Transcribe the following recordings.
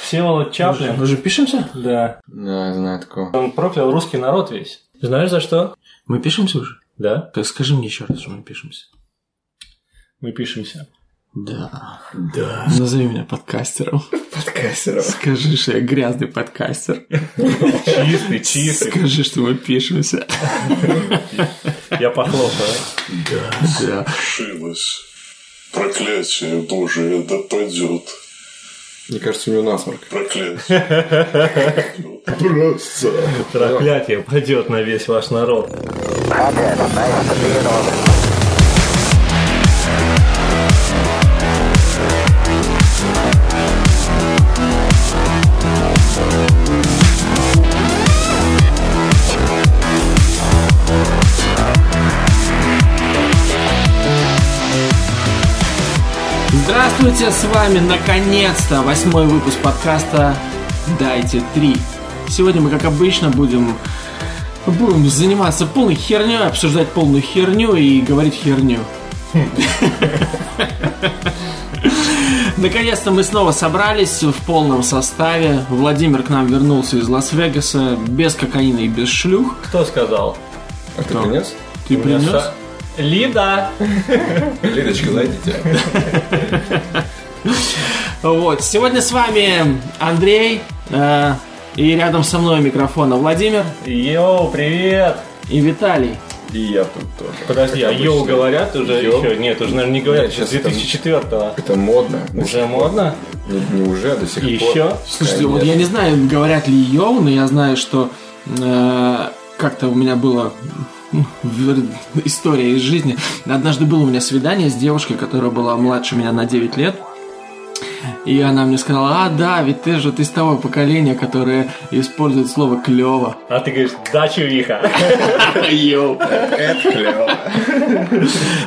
Всеволод Чаплин. Мы же пишемся? Да. Да, я знаю такого. Он проклял русский народ весь. Знаешь за что? Мы пишемся уже? Да. Так скажи мне еще раз, что мы пишемся. Мы пишемся. Да. Да. Назови меня подкастером. Подкастеров. Скажи, что я грязный подкастер. Чистый, чистый. Скажи, что мы пишемся. Я похлопаю. Да. свершилось. Проклятие Божие да падет. Мне кажется, у него насморк. Проклятие. Просто. Проклятие пойдет на весь ваш народ. Здравствуйте, с вами наконец-то восьмой выпуск подкаста «Дайте три». Сегодня мы, как обычно, будем, будем заниматься полной херней, обсуждать полную херню и говорить херню. Наконец-то мы снова собрались в полном составе. Владимир к нам вернулся из Лас-Вегаса без кокаина и без шлюх. Кто сказал? А ты принес? Ты У меня принес? ста- Лида! Лидочка, зайдите. Вот, сегодня с вами Андрей э, и рядом со мной у микрофона Владимир Йоу, привет! и Виталий. И я тут тоже. Подожди, а Как йоу обычно. говорят уже? Йоу. Еще? Нет, уже, наверное, не говорят. Да, щас С 2004 Это модно. Ну, Уже модно? Не, не уже, а до сих И пор. еще? Слушайте, вот я Конечно. не знаю, говорят ли йоу, но я знаю, что э, как-то у меня было м, вер- история из жизни. Однажды было у меня свидание с девушкой, которая была младше меня на 9 лет. И она мне сказала, а да, ведь ты же ты из того поколения, которое использует слово клево. А ты говоришь, да, чувиха. Йоу. Это клево.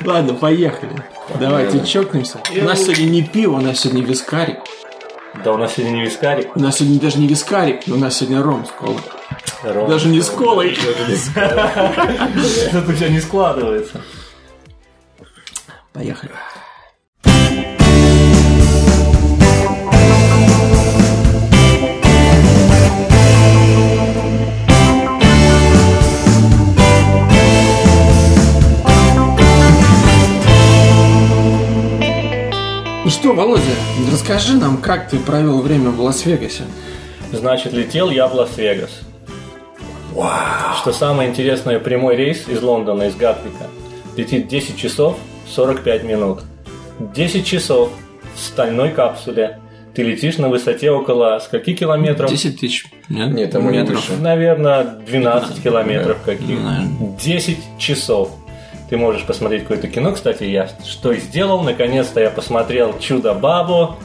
Ладно, поехали. Давайте чокнемся. У нас сегодня не пиво, у нас сегодня вискарик. Да у нас сегодня не вискарик. У нас сегодня даже не вискарик, у нас сегодня ром с колой. Ром. Даже не с колой. Это все не складывается. Поехали. Ну что, Володя, расскажи нам, как ты провел время в Лас-Вегасе? Значит, летел я в Лас-Вегас. Что самое интересное, прямой рейс из Лондона, из Гатвика, летит 10 часов 45 минут. 10 часов в стальной капсуле. Ты летишь на высоте около скольки километров? 10 тысяч нет? Нет, там они метров. выше. Наверное, 12 километров каких. Наверное. 10 часов. Ты можешь посмотреть какое-то кино. Кстати, я что и сделал. Наконец-то я посмотрел «Чудо-бабу».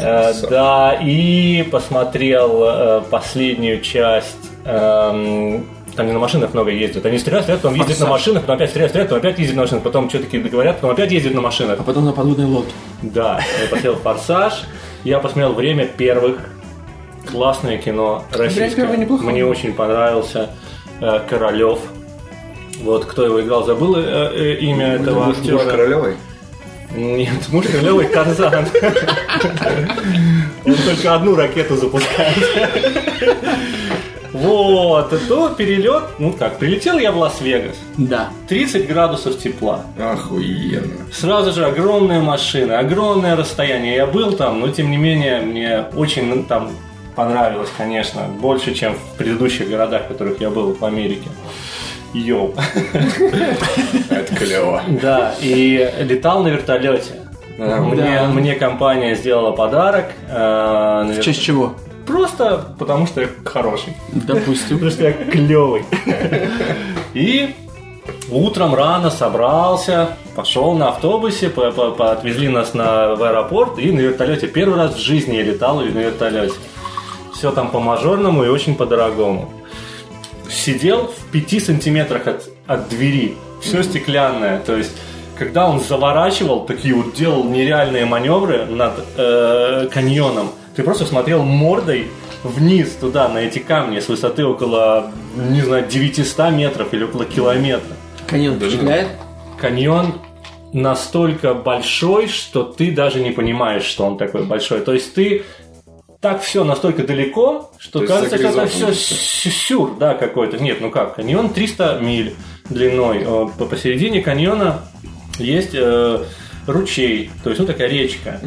Э, да, и посмотрел э, последнюю часть. эм, там не на машинах много ездят. Они стреляют, стреляют, потом ездят на Форсаж. машинах, потом опять стреляют, стреляют, потом опять ездят на машинах, потом что-то такие договорят, потом опять ездят на машинах. А потом на подводной лодке. Да, я посмотрел «Форсаж», я посмотрел «Время первых», классное кино российское, первых» неплохо. мне очень понравился э, Королев, вот кто его играл, забыл э, э, имя этого Муж муж актера. Королевой? Нет, муж Королёва и Казан. Он только одну ракету запускает. Вот, то перелет, ну как, прилетел я в Лас-Вегас, Да. 30 градусов тепла, Охуенно. Сразу же огромная машина, огромное расстояние. Я был там, но тем не менее мне очень ну, там понравилось, конечно, больше, чем в предыдущих городах, в которых я был в Америке. Йоу. Это клево. Да, и летал на вертолете. Да, Мне, Да. мне компания сделала подарок. э, на В вер- честь чего? Просто потому что я хороший. Допустим. Потому что я клевый. И утром рано собрался, пошел на автобусе, по- по- по- отвезли нас на, в аэропорт и на вертолете. Первый раз в жизни я летал и на вертолете. Все там по-мажорному и очень по-дорогому. Сидел в 5 сантиметрах от, от двери. Все стеклянное. То есть, когда он заворачивал, такие вот делал нереальные маневры над э, каньоном, ты просто смотрел мордой вниз туда, на эти камни с высоты около, не знаю, 900 метров или около километра. Каньон впечатляет? Каньон настолько большой, что ты даже не понимаешь, что он такой большой. То есть ты так все настолько далеко, что То есть кажется, за что это все горизонтом сюр, да, какой-то. Нет, ну как, каньон 300 миль длиной. Э, по- Посередине каньона есть э, ручей, то есть, ну, такая речка.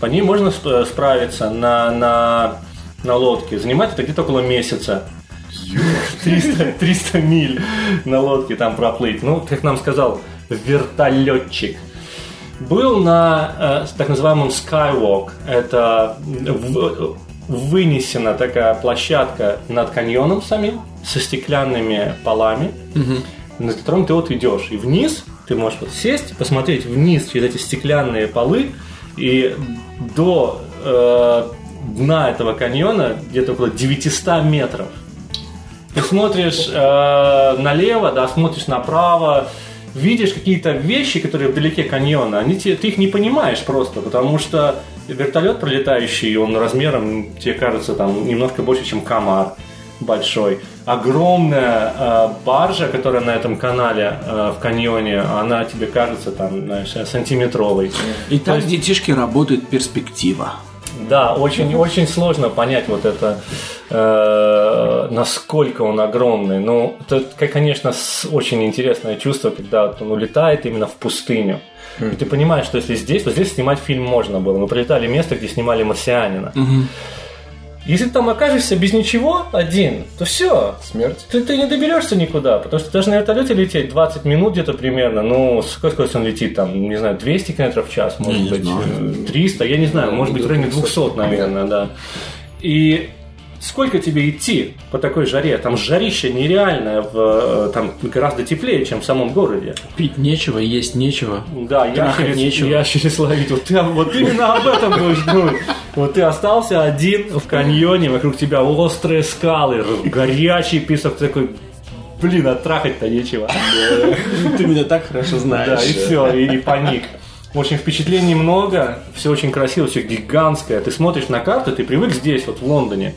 По ней можно сп- э, справиться на, на, на лодке. Занимает это где-то около месяца. 300, 300 миль на лодке там проплыть. Ну, как нам сказал вертолетчик. Был на э, так называемом Skywalk. Это в- вынесена такая площадка над каньоном самим со стеклянными полами, на котором ты вот идешь. И вниз ты можешь вот сесть, посмотреть вниз через эти стеклянные полы и до э, дна этого каньона где-то около 900 метров. Ты смотришь э, налево, да, смотришь направо, видишь какие-то вещи, которые вдалеке каньона, они те- ты их не понимаешь просто, потому что вертолет пролетающий, он размером, тебе кажется, там немножко больше, чем комар большой. Огромная э, баржа, которая на этом канале э, в каньоне, она тебе кажется там, знаешь, сантиметровой. И там детишки работают перспектива. Да, очень, очень сложно понять вот это, э, насколько он огромный. Ну, это, к- конечно, с- очень интересное чувство, когда вот он улетает именно в пустыню. И ты понимаешь, что если здесь, то здесь снимать фильм можно было. Мы прилетали в место, где снимали «Марсианина». Если ты там окажешься без ничего один, то все, Смерть? ты, ты не доберешься никуда, потому что даже на вертолете лететь 20 минут где-то примерно, ну, с какой скоростью он летит, там, не знаю, 200 километров в час, может не быть, знаю. э, 300, я не знаю, может быть, в районе 200, наверное, да. И сколько тебе идти по такой жаре? Там жарище нереальное, в, э, там гораздо теплее, чем в самом городе. Пить нечего, есть нечего. Да, Трахать ящериц, нечего. ящериц ловить. Вот, ты, вот именно об этом будешь думать. Вот ты остался один в каньоне, вокруг тебя острые скалы, р- горячий песок ты такой. Блин, а трахать-то нечего. Ты меня так хорошо Да, и все, и, и паник. В общем, впечатлений много, все очень красиво, все гигантское. Ты смотришь на карту, ты привык здесь, вот в Лондоне.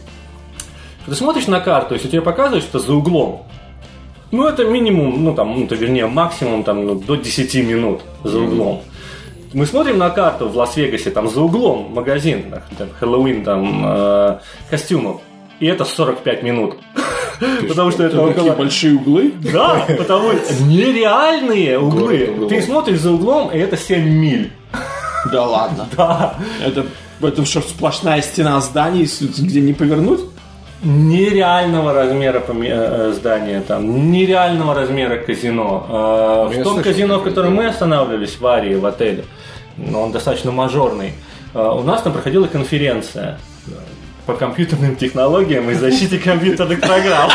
Ты смотришь на карту, если тебе показывают, что за углом, ну, это минимум, ну, там, ну, то, вернее, максимум, там, ну, до 10 минут за углом. Мы смотрим на карту в Лас-Вегасе, там, за углом магазин, да, там, Хэллоуин, там, э, костюмов. И это 45 минут. Потому что это около... большие углы. Да, потому нереальные углы. углов. Ты смотришь за углом, и это 7 миль. Да ладно. Да. Это, это что, сплошная стена зданий, с- где не повернуть? Нереального размера поме- э, э, здания там, нереального размера Ну, казино. Э, В я том слышал, казино, в как котором мы останавливались в Арии, в отеле, но он достаточно мажорный, э, у нас там проходила конференция э, по компьютерным технологиям и защите компьютерных программ.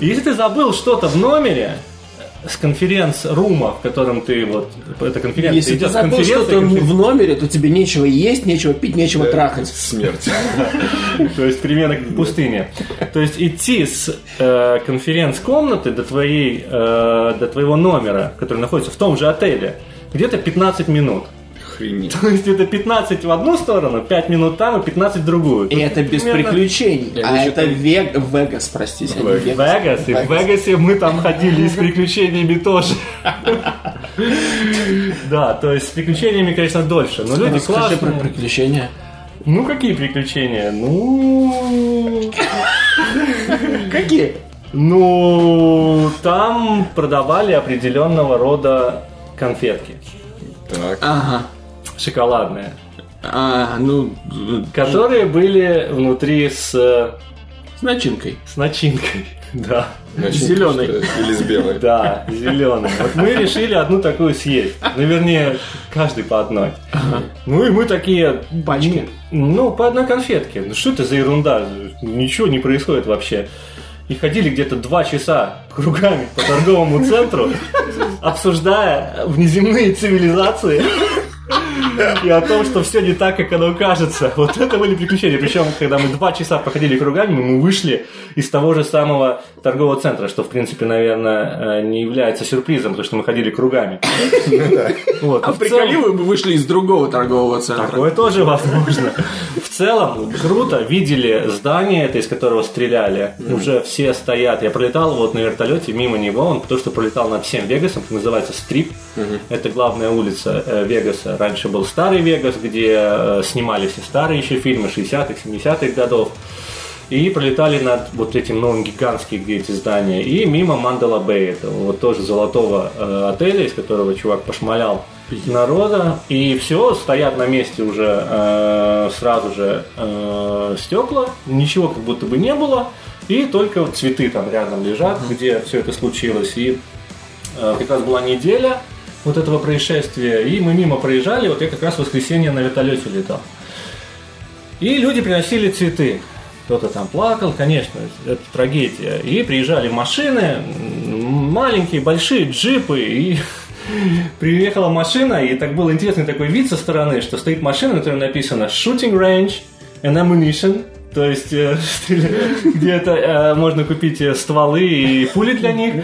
И Если ты забыл что-то в номере э, с конференц-рума, в котором ты вот... Это конференция. Если ты идёт забыл конференция, что-то конференция. в номере, то тебе нечего есть, нечего пить, нечего трахать. Смерть. То есть примерно как в пустыне. То есть идти с э, конференц-комнаты до, твоей, э, до твоего номера, который находится в том же отеле, где-то 15 минут. Охренеть. То есть это 15 в одну сторону, 5 минут там и 15 в другую. И это без Примерно приключений. А это Вег... Вегас, простите. а не Вегас. Вегас. Вегас, и в Вегасе мы там ходили и с приключениями тоже. Да, то есть с приключениями, конечно, дольше. Ну, Но люди Расскажи про классные. приключения. Ну, какие приключения? Ну... Какие? Ну, там продавали определенного рода конфетки Так. Ага. шоколадные, А, ну, э, которые были внутри с, э, с начинкой. с начинкой. Да, Начнем, зелёный. что ли? Или с белой. да, зеленый. Вот мы решили одну такую съесть. Ну, вернее, каждый по одной. Ну и мы такие... Пачки. Ну, ну, по одной конфетке. Ну, что это за ерунда? Ничего не происходит вообще. И ходили где-то два часа кругами по торговому центру, обсуждая внеземные цивилизации и о том, что все не так, как оно кажется. Вот это были приключения. Причем, когда мы два часа проходили кругами, мы вышли из того же самого торгового центра, что, в принципе, наверное, э, не является сюрпризом, потому что мы ходили кругами. Вот. А В целом- приколи вы бы вышли из другого торгового центра. Такое тоже возможно. В целом, круто. Видели здание, это из которого стреляли. Уже все стоят. Я пролетал вот на вертолете мимо него. Он то, что пролетал над всем Вегасом, называется Стрип. Это главная улица э, Вегаса. Раньше был старый Вегас, где э, снимались и старые еще фильмы 60-х, 70-х годов. И пролетали над вот этим новым гигантским, где эти здания. И мимо Мандала Бэй, этого вот тоже золотого э, отеля, из которого чувак пошмалял народа. И все, стоят на месте уже э, сразу же э, стекла. Ничего как будто бы не было. И только вот цветы там рядом лежат, где все это случилось. И Э, как раз была неделя вот этого происшествия, и мы мимо проезжали, вот я как раз в воскресенье на вертолете летал. И люди приносили цветы. Кто-то там плакал, конечно, это трагедия. И приезжали машины, м, маленькие, большие джипы, и приехала машина, и так был интересный такой вид со стороны, что стоит машина, на которой написано «Shooting Range and Ammunition», то есть, э, стреля- где это э, можно купить э, стволы и пули для них.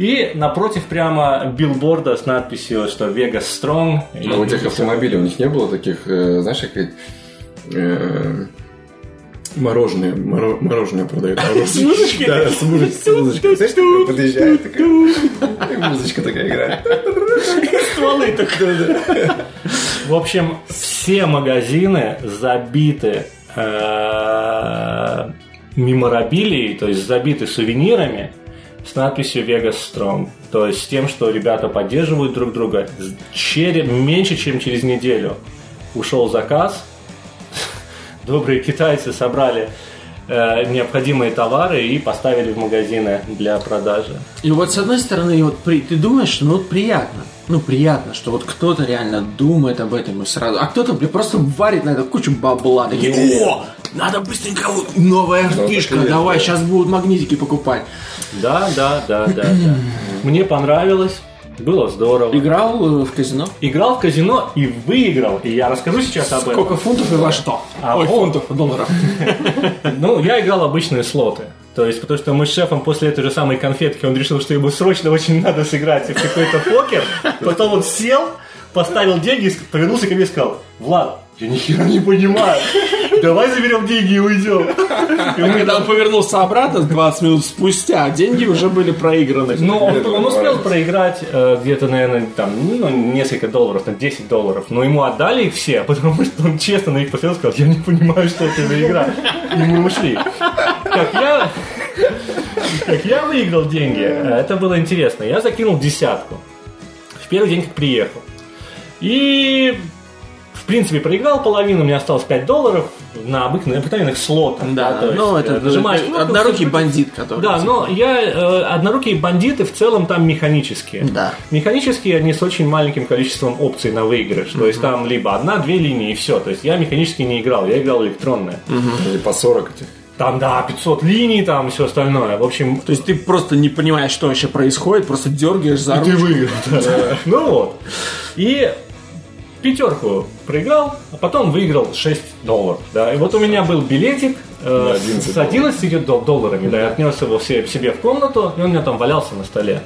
И напротив прямо билборда с надписью, что Vegas Strong. И- А у тех автомобилей у них не было таких, э, знаешь, как ведь, э, мороженое, моро- мороженое продают. С музычкой? Да, с музы- с музычкой. Знаешь, такой подъезжает, такая, и музычка такая играет. стволы так. В общем, все магазины забиты э, меморабилией, то есть забиты сувенирами с надписью Vegas Strong. То есть с тем, что ребята поддерживают друг друга. С- чере- меньше, чем через неделю ушел заказ. Добрые китайцы собрали э, необходимые товары и поставили в магазины для продажи. И вот с одной стороны, вот при- ты думаешь, что ну вот приятно. Ну, приятно, что вот кто-то реально думает об этом и сразу. А кто-то блин, просто варит на это кучу бабла. Такие, о, надо быстренько вот новая фишка, Ну, так и есть, давай, сейчас будут магнитики покупать. Да, да, да, да, да. Мне понравилось, было здорово. Играл э, в казино? Играл в казино и выиграл. И я расскажу сейчас об этом. Сколько фунтов и во что? А Ой, вот. фунтов, долларов. Ну, я играл обычные слоты. То есть, потому что мы с шефом после этой же самой конфетки, он решил, что ему срочно очень надо сыграть в какой-то покер. Потом он сел, поставил деньги, и ск- повернулся ко мне и сказал, Влад, я нихера не понимаю. Давай заберем деньги и уйдем. И мы Когда он повернулся обратно 20 минут а спустя, деньги уже были проиграны. Ну, он, Это он успел нравится. проиграть э, где-то, наверное, там, ну, несколько долларов, там, 10 долларов. Но ему отдали их все, потому что он честно на них посмотрел и сказал, я не понимаю, что это за игра. И мы ушли. Как я, как я выиграл деньги, э, это было интересно. Я закинул десятку. В первый день, как приехал. И в принципе, проиграл половину, у меня осталось 5 долларов на обыкновенных, обыкновенных слотах. Да, то есть, ну э, это нажимаешь э, кнопку, однорукий всё бандит, который... да, но я э, однорукие бандиты в целом там механические. Да. Механические они с очень маленьким количеством опций на выигрыш. То есть там либо одна, две линии и все. То есть я механически не играл, я играл электронное. Или Ну, по 40 этих. Там, да, 500 линий, там все остальное. В общем, То есть ты просто не понимаешь, что вообще происходит, просто дергаешь за ручку. выиграл. Ну вот. И пятерку проиграл, а потом выиграл 6 долларов. Да. И вот у меня был билетик э, На с 11 11 дол- долларами. Да, я отнес его все, к себе в комнату, и он у меня там валялся на столе.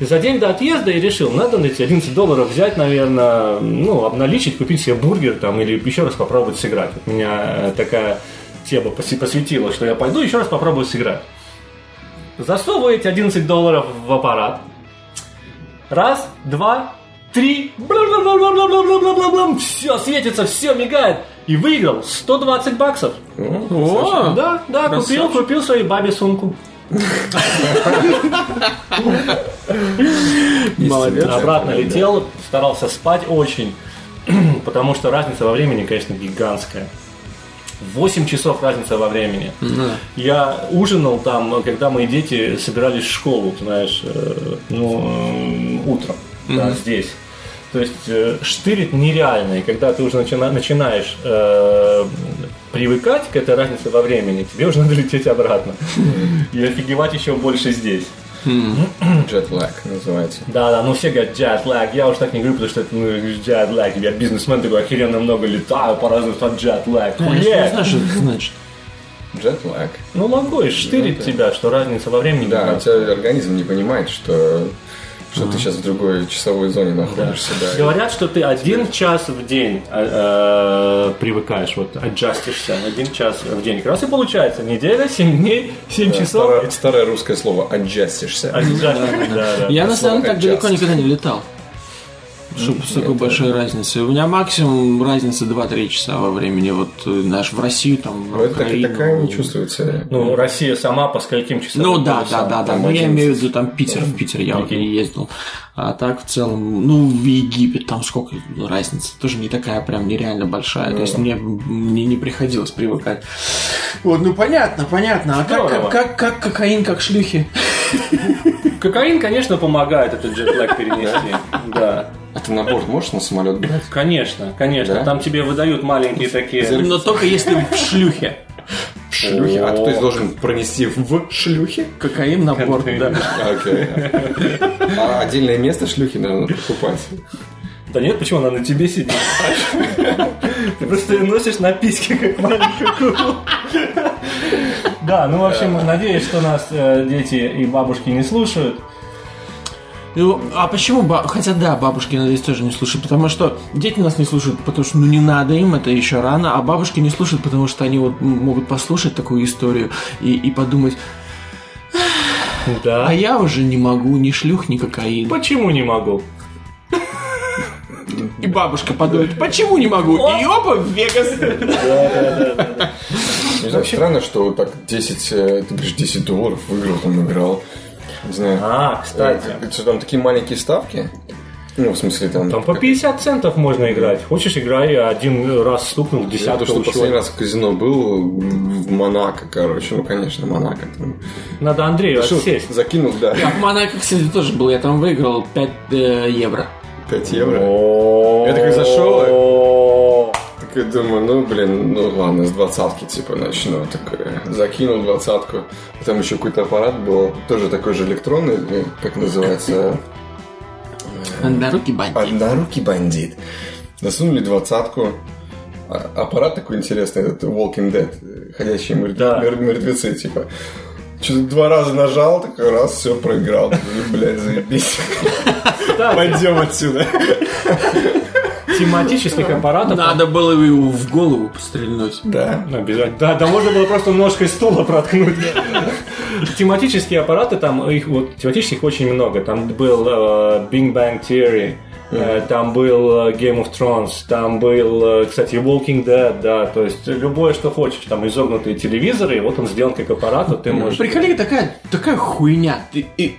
И за день до отъезда я решил, надо эти 11 долларов взять, наверное, ну, обналичить, купить себе бургер там или еще раз попробовать сыграть. Вот меня э, такая тема поси- посвятила, что я пойду еще раз попробую сыграть. Засовываю эти 11 долларов в аппарат, Раз, два, три. Все светится, все мигает. И выиграл 120 баксов. О, Да, да, купил, купил своей бабе сумку. молодец. Обратно летел, старался спать очень. Потому что разница во времени, конечно, гигантская. 8 часов разница во времени. Я ужинал там, ну, когда мои дети собирались в школу, знаешь, э, ну, э, утром, да, здесь. То есть э, штырит нереально, и когда ты уже начина- начинаешь э, привыкать к этой разнице во времени, тебе уже надо лететь обратно. И офигевать еще больше здесь. Джетлаг называется. Да, да, ну все говорят jet lag, я уж так не говорю, потому что это ну, jet lag, я бизнесмен такой охеренно много летаю по разным там jet lag. Ну, Я не Хуе! знаю, что это значит. Джетлаг. Ну могу, и штырит тебя, что разница во времени. Да, у гигантская. тебя организм не понимает, что что ты сейчас в другой часовой зоне находишься. да. Говорят, что ты один час в день э, э, привыкаешь, вот аджастишься на один час в день. Как раз и получается неделя, 7 дней, 7 Да, часов. старое- Старое русское слово «аджастишься». Adjust, да, да. Я на самом деле так Слово далеко adjust. никогда не летал. Ну, Чтобы с такой большой разницей. У меня максимум разница 2-3 часа во времени. Вот э, наш в Россию там. Но это так- Украину. такая не чувствуется. Ну, Россия сама по скольким часам? Ну да, да, сам, да, да. там Ну, я 11. имею в виду там Питер, в Питер я вот не ездил. А так в целом, ну в Египет там сколько разница, тоже не такая прям нереально большая. То есть мне, мне не приходилось привыкать. Вот, ну понятно, понятно. А как, Здорово. как, как, как кокаин, как шлюхи? Кокаин, конечно, помогает этот джетлаг перенести. Да. А ты на борт можешь на самолет брать? Ну, Конечно, конечно. Да? Там тебе выдают маленькие такие... Но только если в шлюхе. В шлюхе? А О. кто то есть должен пронести в шлюхе? Кокаин на борт, да. Окей. А отдельное место шлюхи, наверное, покупать. Да нет, почему она на тебе сидит? Ты просто ее носишь на письке, как маленькую куклу. Да, ну, в общем, надеюсь, что нас э, дети и бабушки не слушают. Ну, а почему? ба- Хотя да, бабушки, надеюсь, тоже не слушают, потому что дети нас не слушают, потому что ну не надо им, это еще рано, а бабушки не слушают, потому что они вот м, могут послушать такую историю и, и подумать, а Да. я уже не могу ни шлюх, ни кокаин. А Почему не могу? И бабушка подумает, почему не могу? И опа, в Вегас. Не знаю, Ну, странно, что вот так 10, э, ты говоришь, 10 долларов выиграл, там играл. Не знаю. А, Э, кстати. это что, там такие маленькие ставки? Ну, в смысле, там... Там по 50 центов можно играть. Хочешь, играй, один раз стукнул в Я то, десятку. что у последний чувака. раз в казино был в Монако, короче. Ну, конечно, Монако. там. Надо Андрею Шо, отсесть. закинул, да, Я в Монако, кстати, тоже был, я там выиграл 5 э, евро. 5 евро. Я Я такой зашел, и- зашел. Так я думаю, ну, блин, ну ладно, с двадцатки, типа, начну. Так, э, закинул двадцатку. Там еще какой-то аппарат был, тоже такой же электронный, э, как называется, На руки бандит. Однорукий бандит. Засунули двадцатку. А- Аппарат такой интересный, этот Walking Dead, э, ходячие мертв- Да. мер- мертвецы, типа. Что-то два раза нажал, так раз, все, проиграл. Думаю, Блядь, заебись. Пойдем отсюда. Тематических аппаратов. Надо было его в голову пострельнуть. Да. Ну, обязательно. Да, да можно было просто ножкой стула проткнуть. Тематические аппараты, там их вот тематических очень много. Там был э, Big Bang Theory, э, там был э, Game of Thrones, там был, э, кстати, Walking Dead, да, то есть любое, что хочешь, там изогнутые телевизоры, и вот он сделан как аппарат, вот ты можешь... Ну, Приколи такая, такая хуйня. Ты- и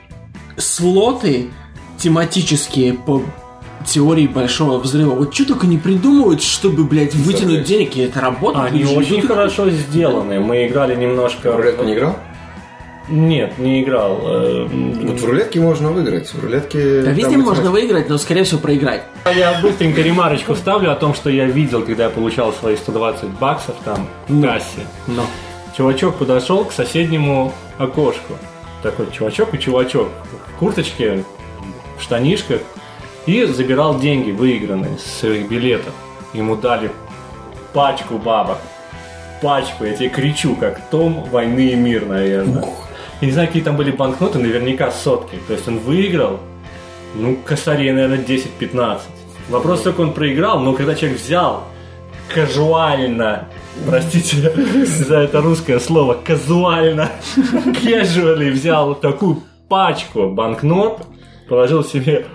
слоты тематические по теории большого взрыва. Вот что только не придумывают, чтобы, блядь, вытянуть Согласен. денег, и это работает. Они люди очень идут. хорошо сделаны. Мы играли немножко... В рулетку не играл? Нет, не играл. Э, Вот в рулетке можно выиграть. В рулетке... Да везде там можно выиграть, но, скорее всего, проиграть. А Я быстренько ремарочку вставлю о том, что я видел, когда я получал свои 120 баксов там в кассе. Но. Чувачок подошел к соседнему окошку. Такой чувачок и чувачок в курточке, в штанишках. И забирал деньги, выигранные с своих билетов. Ему дали пачку бабок. Пачку, я тебе кричу, как том войны и мир, наверное. Я не знаю, какие там были банкноты, наверняка сотки. То есть он выиграл, ну, косарей, наверное, 10-15. Вопрос, сколько он проиграл, но когда человек взял казуально, простите за это русское слово, казуально, casually взял такую пачку банкнот, положил себе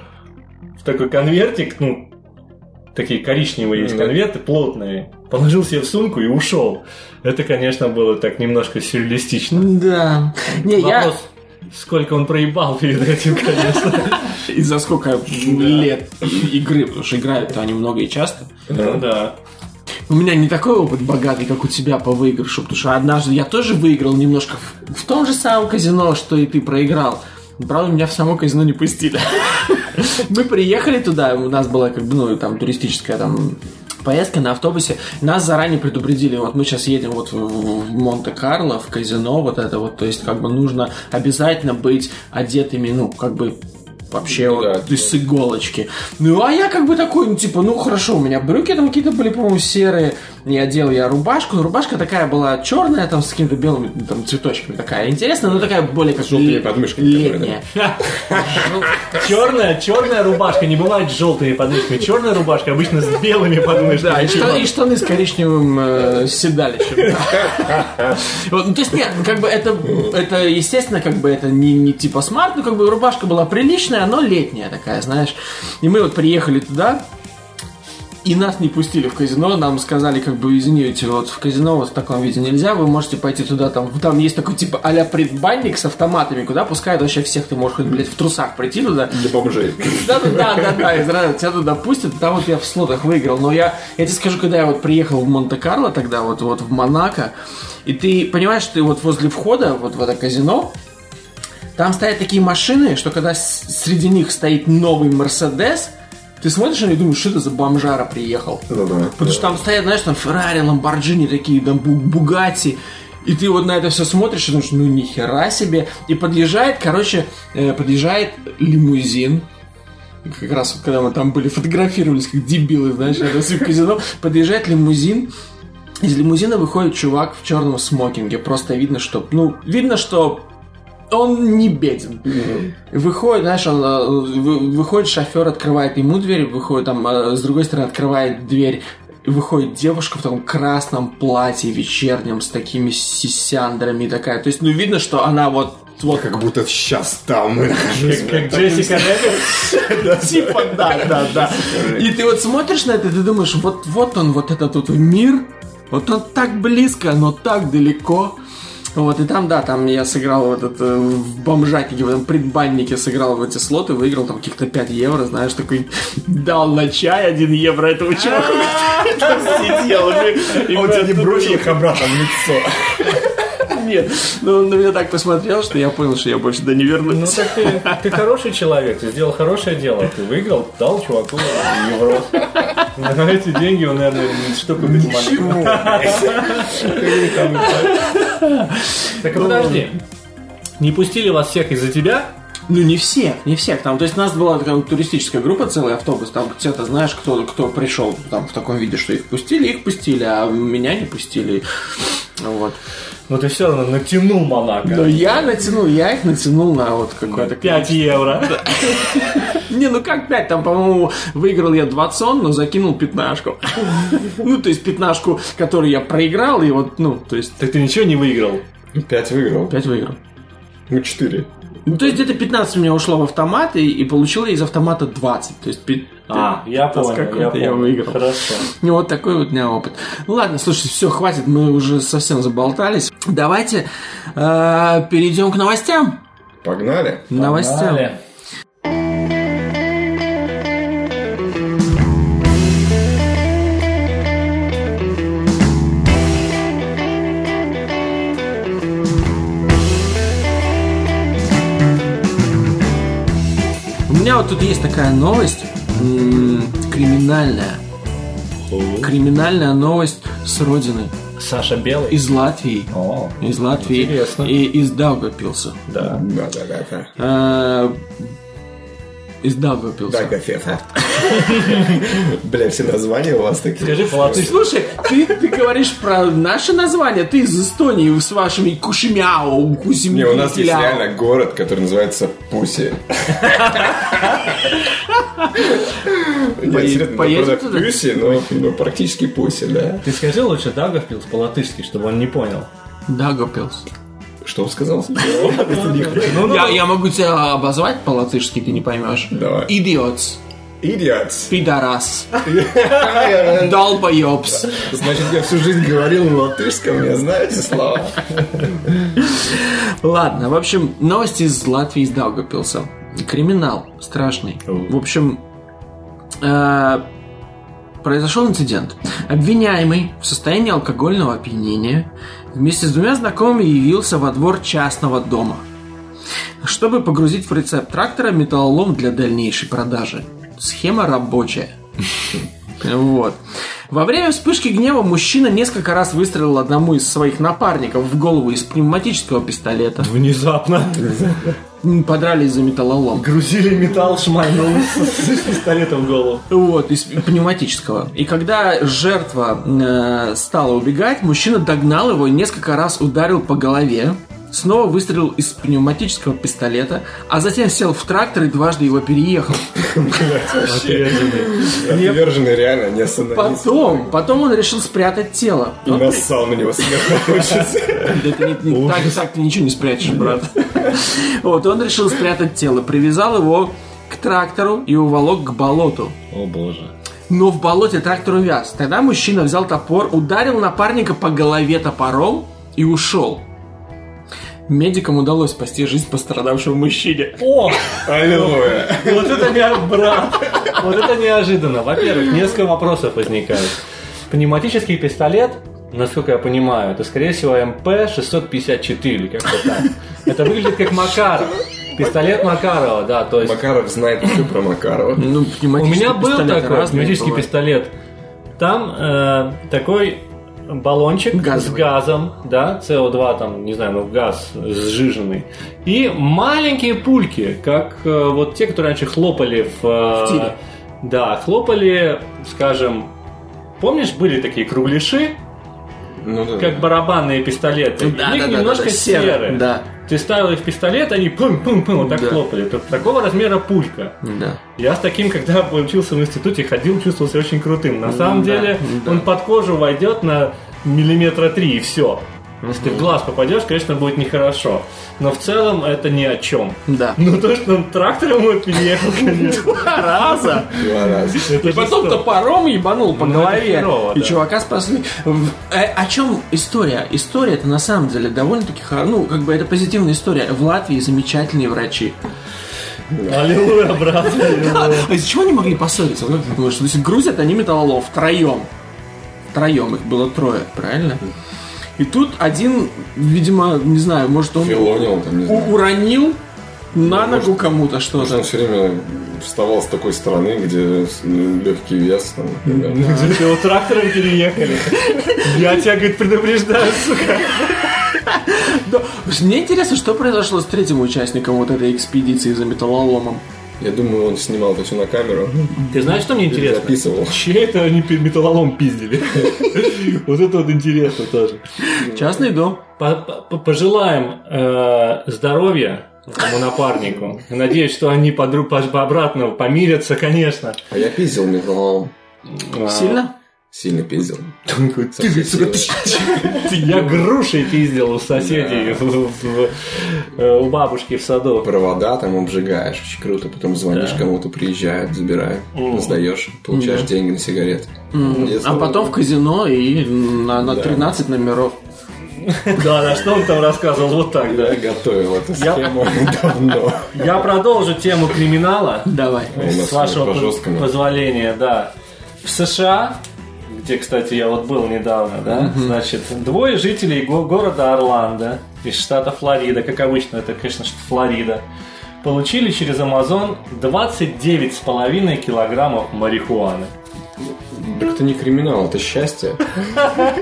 в такой конвертик, ну, такие коричневые есть Да. конверты, плотные, положил себе в сумку и ушел. Это, конечно, было так немножко сюрреалистично. Да. Не, я... Вопрос, сколько он проебал перед этим, конечно. И за сколько лет и- игры, потому что играют-то они много и часто. Ну да. У меня не такой опыт богатый, как у тебя по выигрышу, потому что однажды я тоже выиграл немножко в, в том же самом казино, что и ты проиграл. Правда, меня в само казино не пустили. Мы приехали туда, у нас была как бы, ну, там, туристическая там поездка на автобусе. Нас заранее предупредили, вот мы сейчас едем вот в, в- в Монте-Карло, в казино, вот это вот, то есть как бы нужно обязательно быть одетыми, ну, как бы вообще Ну вот, да, то есть с иголочки. Ну, а я как бы такой, ну, типа, ну, хорошо, у меня брюки там какие-то были, по-моему, серые. Я одел я рубашку, но рубашка такая была черная, там, с какими-то белыми там, цветочками такая интересная, но такая более как Желтыми ле- подмышками, которые, да. летняя. Ну, Черная, черная рубашка, не бывает с желтыми подмышками. Черная рубашка обычно с белыми подмышками. Да, и, штаны- и штаны с коричневым э, седалищем. Вот, ну, то есть, нет, как бы это, это, естественно, как бы это не, не типа смарт, но как бы рубашка была приличная, кафе, оно летняя такая, знаешь. И мы вот приехали туда, и нас не пустили в казино, нам сказали, как бы, извините, вот в казино вот в таком виде нельзя, вы можете пойти туда, там, там есть такой, типа, а-ля предбанник с автоматами, куда пускают вообще всех, ты можешь, хоть, блядь, в трусах прийти туда, Для бомжей. да, да, да, да, да, из разряда тебя туда пустят, там вот я в слотах выиграл, но я, я тебе скажу, когда я вот приехал в Монте-Карло тогда, вот, вот в Монако, и ты понимаешь, что ты вот возле входа, вот в это казино, там стоят такие машины, что когда с- среди них стоит новый Мерседес, ты смотришь на них и думаешь, что это за бомжара приехал. Потому что там стоят, знаешь, там Феррари, Ламборджини такие, там Бу- Бугатти. И ты вот на это все смотришь и думаешь, ну нихера себе. И подъезжает, короче, э, подъезжает лимузин. И Как раз вот когда мы там были, фотографировались как дебилы, знаешь, это все казино. Подъезжает лимузин. Из лимузина выходит чувак в черном смокинге. Просто видно, что... Ну, видно, что он не беден. Выходит, знаешь, он, э, вы- выходит шофер, открывает ему дверь, выходит там, э, с другой стороны открывает дверь, и выходит девушка в таком красном платье вечернем с такими сисяндрами такая. То есть, ну, видно, что она вот вот Как будто сейчас там мы нахожусь. Как Джессика Рэббит. типа, да, да, да. И ты вот смотришь на это, и ты думаешь, вот, вот он, вот этот вот мир, вот он так близко, но так далеко. Вот, и там, да, там я сыграл в этот, э, в бомжатнике, в этом предбаннике сыграл в эти слоты, выиграл там каких-то 5 евро, знаешь, такой дал на чай 1 евро этого чуваку, который там сидел. и- и Он тебе А не оттуда бросил их обратно в лицо. Нет, ну он на меня так посмотрел, что я понял, что я больше туда не Ну вернусь. так ты, ты хороший человек, ты сделал хорошее дело, ты выиграл, дал чуваку евро. На эти деньги он, наверное, что бы не помогал. Так а подожди. Не пустили вас всех из-за тебя? Ну, не всех, не всех. Там, то есть, у нас была такая вот туристическая группа, целый автобус. Там где-то знаешь, кто, кто пришел там, в таком виде, что их пустили, их пустили, а меня не пустили. Вот. Но ты все равно натянул Монако. Но я натянул, я их натянул на вот какое-то... 5 евро. Не, ну как 5? Там, по-моему, выиграл я 20, но закинул пятнашку. Ну, то есть, пятнашку, которую я проиграл, и вот, ну, то есть, Так ты ничего не выиграл. Пять выиграл. 5 выиграл. Ну, четыре. Ну, то есть, где-то 15 у меня ушло в автомат, и, и получил я из автомата 20. То есть, пи- А, я понял, я, какой-то я понял. выиграл. Хорошо. Ну, вот такой вот у меня опыт. Ну, ладно, слушайте, все, хватит, мы уже совсем заболтались. Давайте э, перейдем к новостям. Погнали. Новостям. Далее. У меня вот тут есть такая новость, м, криминальная. Криминальная новость с родины, Саша Белый. из Латвии. О, Из Латвии Интересно. и из Даугапилса. да. Да-да-да. Э, из Даугапилса. Да, кофе. Бля, все названия у вас такие. Скажи по-латышски. Слушай, А ты, ты говоришь про наше название, ты из Эстонии с вашими кушемяу, кузим- Не, у нас есть кителяу. реально город, который называется Пуси. Поедем- поедем туда? ну, Пуси, но практически Пуси, да. Ты скажи лучше Дагофпилс по-латышски, чтобы он не понял. Даугапилс. Что он сказал? Ну, Я, я могу тебя обозвать по-латышски, ты не поймешь. Давай. Идиотс, Идиотс. пидорас, долбоебс. Значит, я всю жизнь говорил на латышском, я знаю эти слова. Ладно, в общем, новости из Латвии, из Даугапилса. Криминал страшный. В общем, э, произошел инцидент. Обвиняемый в состоянии алкогольного опьянения вместе с двумя знакомыми явился во двор частного дома, чтобы погрузить в прицеп трактора металлолом для дальнейшей продажи. Схема рабочая. Вот. Во время вспышки гнева мужчина несколько раз выстрелил одному из своих напарников в голову из пневматического пистолета. Внезапно. М, Подрались за металлолом. Грузили металл, шмальнул с с пистолетом в голову. Вот, из пневматического. И когда жертва э, стала убегать, мужчина догнал его и несколько раз ударил по голове. Снова выстрелил из пневматического пистолета, а затем сел в трактор и дважды его переехал. Отверженный реально не остановился. Потом, потом он решил спрятать тело. И нассал на него смерть Да это не- не- так, так ты ничего не спрячешь, брат. Вот, он решил спрятать тело, привязал его к трактору и уволок к болоту. О боже. Но в болоте трактор увяз. Тогда мужчина взял топор, ударил напарника по голове топором и ушел. Медикам удалось спасти жизнь пострадавшего мужчине. О, Аллилуйя. вот это не брат. Вот это неожиданно. Во-первых, несколько вопросов возникает. Пневматический пистолет, насколько я понимаю, это, скорее всего, МП-654, как-то так. Это выглядит как Макаров. Пистолет Макарова, да, то есть... Макаров знает все про Макарова. Ну, У пневматический меня был пистолет такой разный пневматический бывает. пистолет. Там э, такой баллончик Газовый. с газом, да, СО2 там, не знаю, ну газ сжиженный. И маленькие пульки, как э, вот те, которые раньше хлопали в... э, В тире. Да, хлопали, скажем, помнишь, были такие кругляши, Ну да. как барабанные пистолеты. Ну И Да, да, Они да, да, немножко да, серый, серые. Да, Ты ставил их в пистолет, они пым-пым-пым вот так Да. хлопали. Это такого размера пулька. да. Я с таким, когда учился в институте, ходил, чувствовал себя очень крутым. На самом да, деле, да. он под кожу войдет на миллиметра три и все. Если ты в глаз попадешь, конечно, будет нехорошо. Но в целом это ни о чем. Да. Ну то, что он трактором его переехал, конечно. Раза! Два раза. это И потом жестоко. топором ебанул по Ну, голове. это херово, и да. чувака спасли. В- э, о чем история? История это на самом деле довольно-таки хор- Ну, как бы это позитивная история. В Латвии замечательные врачи. Аллилуйя, брат. аллилуйя. А из чего они могли поссориться? Как ты думаешь? То есть грузят они металлолом втроем. Втроем их было трое, правильно? И тут один, видимо, не знаю, может он Филонил там, не у- знаю. уронил на может, ногу кому-то Может, он что-то. все время вставал с такой стороны, где легкий вес. Там, например. Ты его трактором переехали. Я тебя, говорит, предупреждаю, сука. Да. Мне интересно, что произошло с третьим участником вот этой экспедиции за металлоломом. Я думаю, он снимал это все на камеру. Ты знаешь, что мне и интересно? Записывал. Чей это они пи- металлолом пиздили? Вот это вот интересно тоже. Частный дом. По- по- Пожелаем э, здоровья этому напарнику. Надеюсь, что они подруг по- обратно помирятся, конечно. А я пиздил металлолом. Сильно? Сильно пиздил. Ты, Я грушей пиздил у соседей, в- в- э, у бабушки в саду. Провода там обжигаешь, очень круто. Потом звонишь кому-то, приезжают, забирают, сдаешь, получаешь деньги на сигареты. А потом в казино и на, на 13 номеров. Да, да, что он там рассказывал, вот так, да. Я готовил эту схему давно. Я продолжу тему криминала. Давай. У нас С вашего по поз- жесткому. позволения, да. В США, где, кстати, я вот был недавно, да, значит, двое жителей го- города Орландо из штата Флорида, как обычно, это, конечно, что Флорида, получили через Амазон 29,5 килограммов марихуаны. Так это не криминал, это счастье. А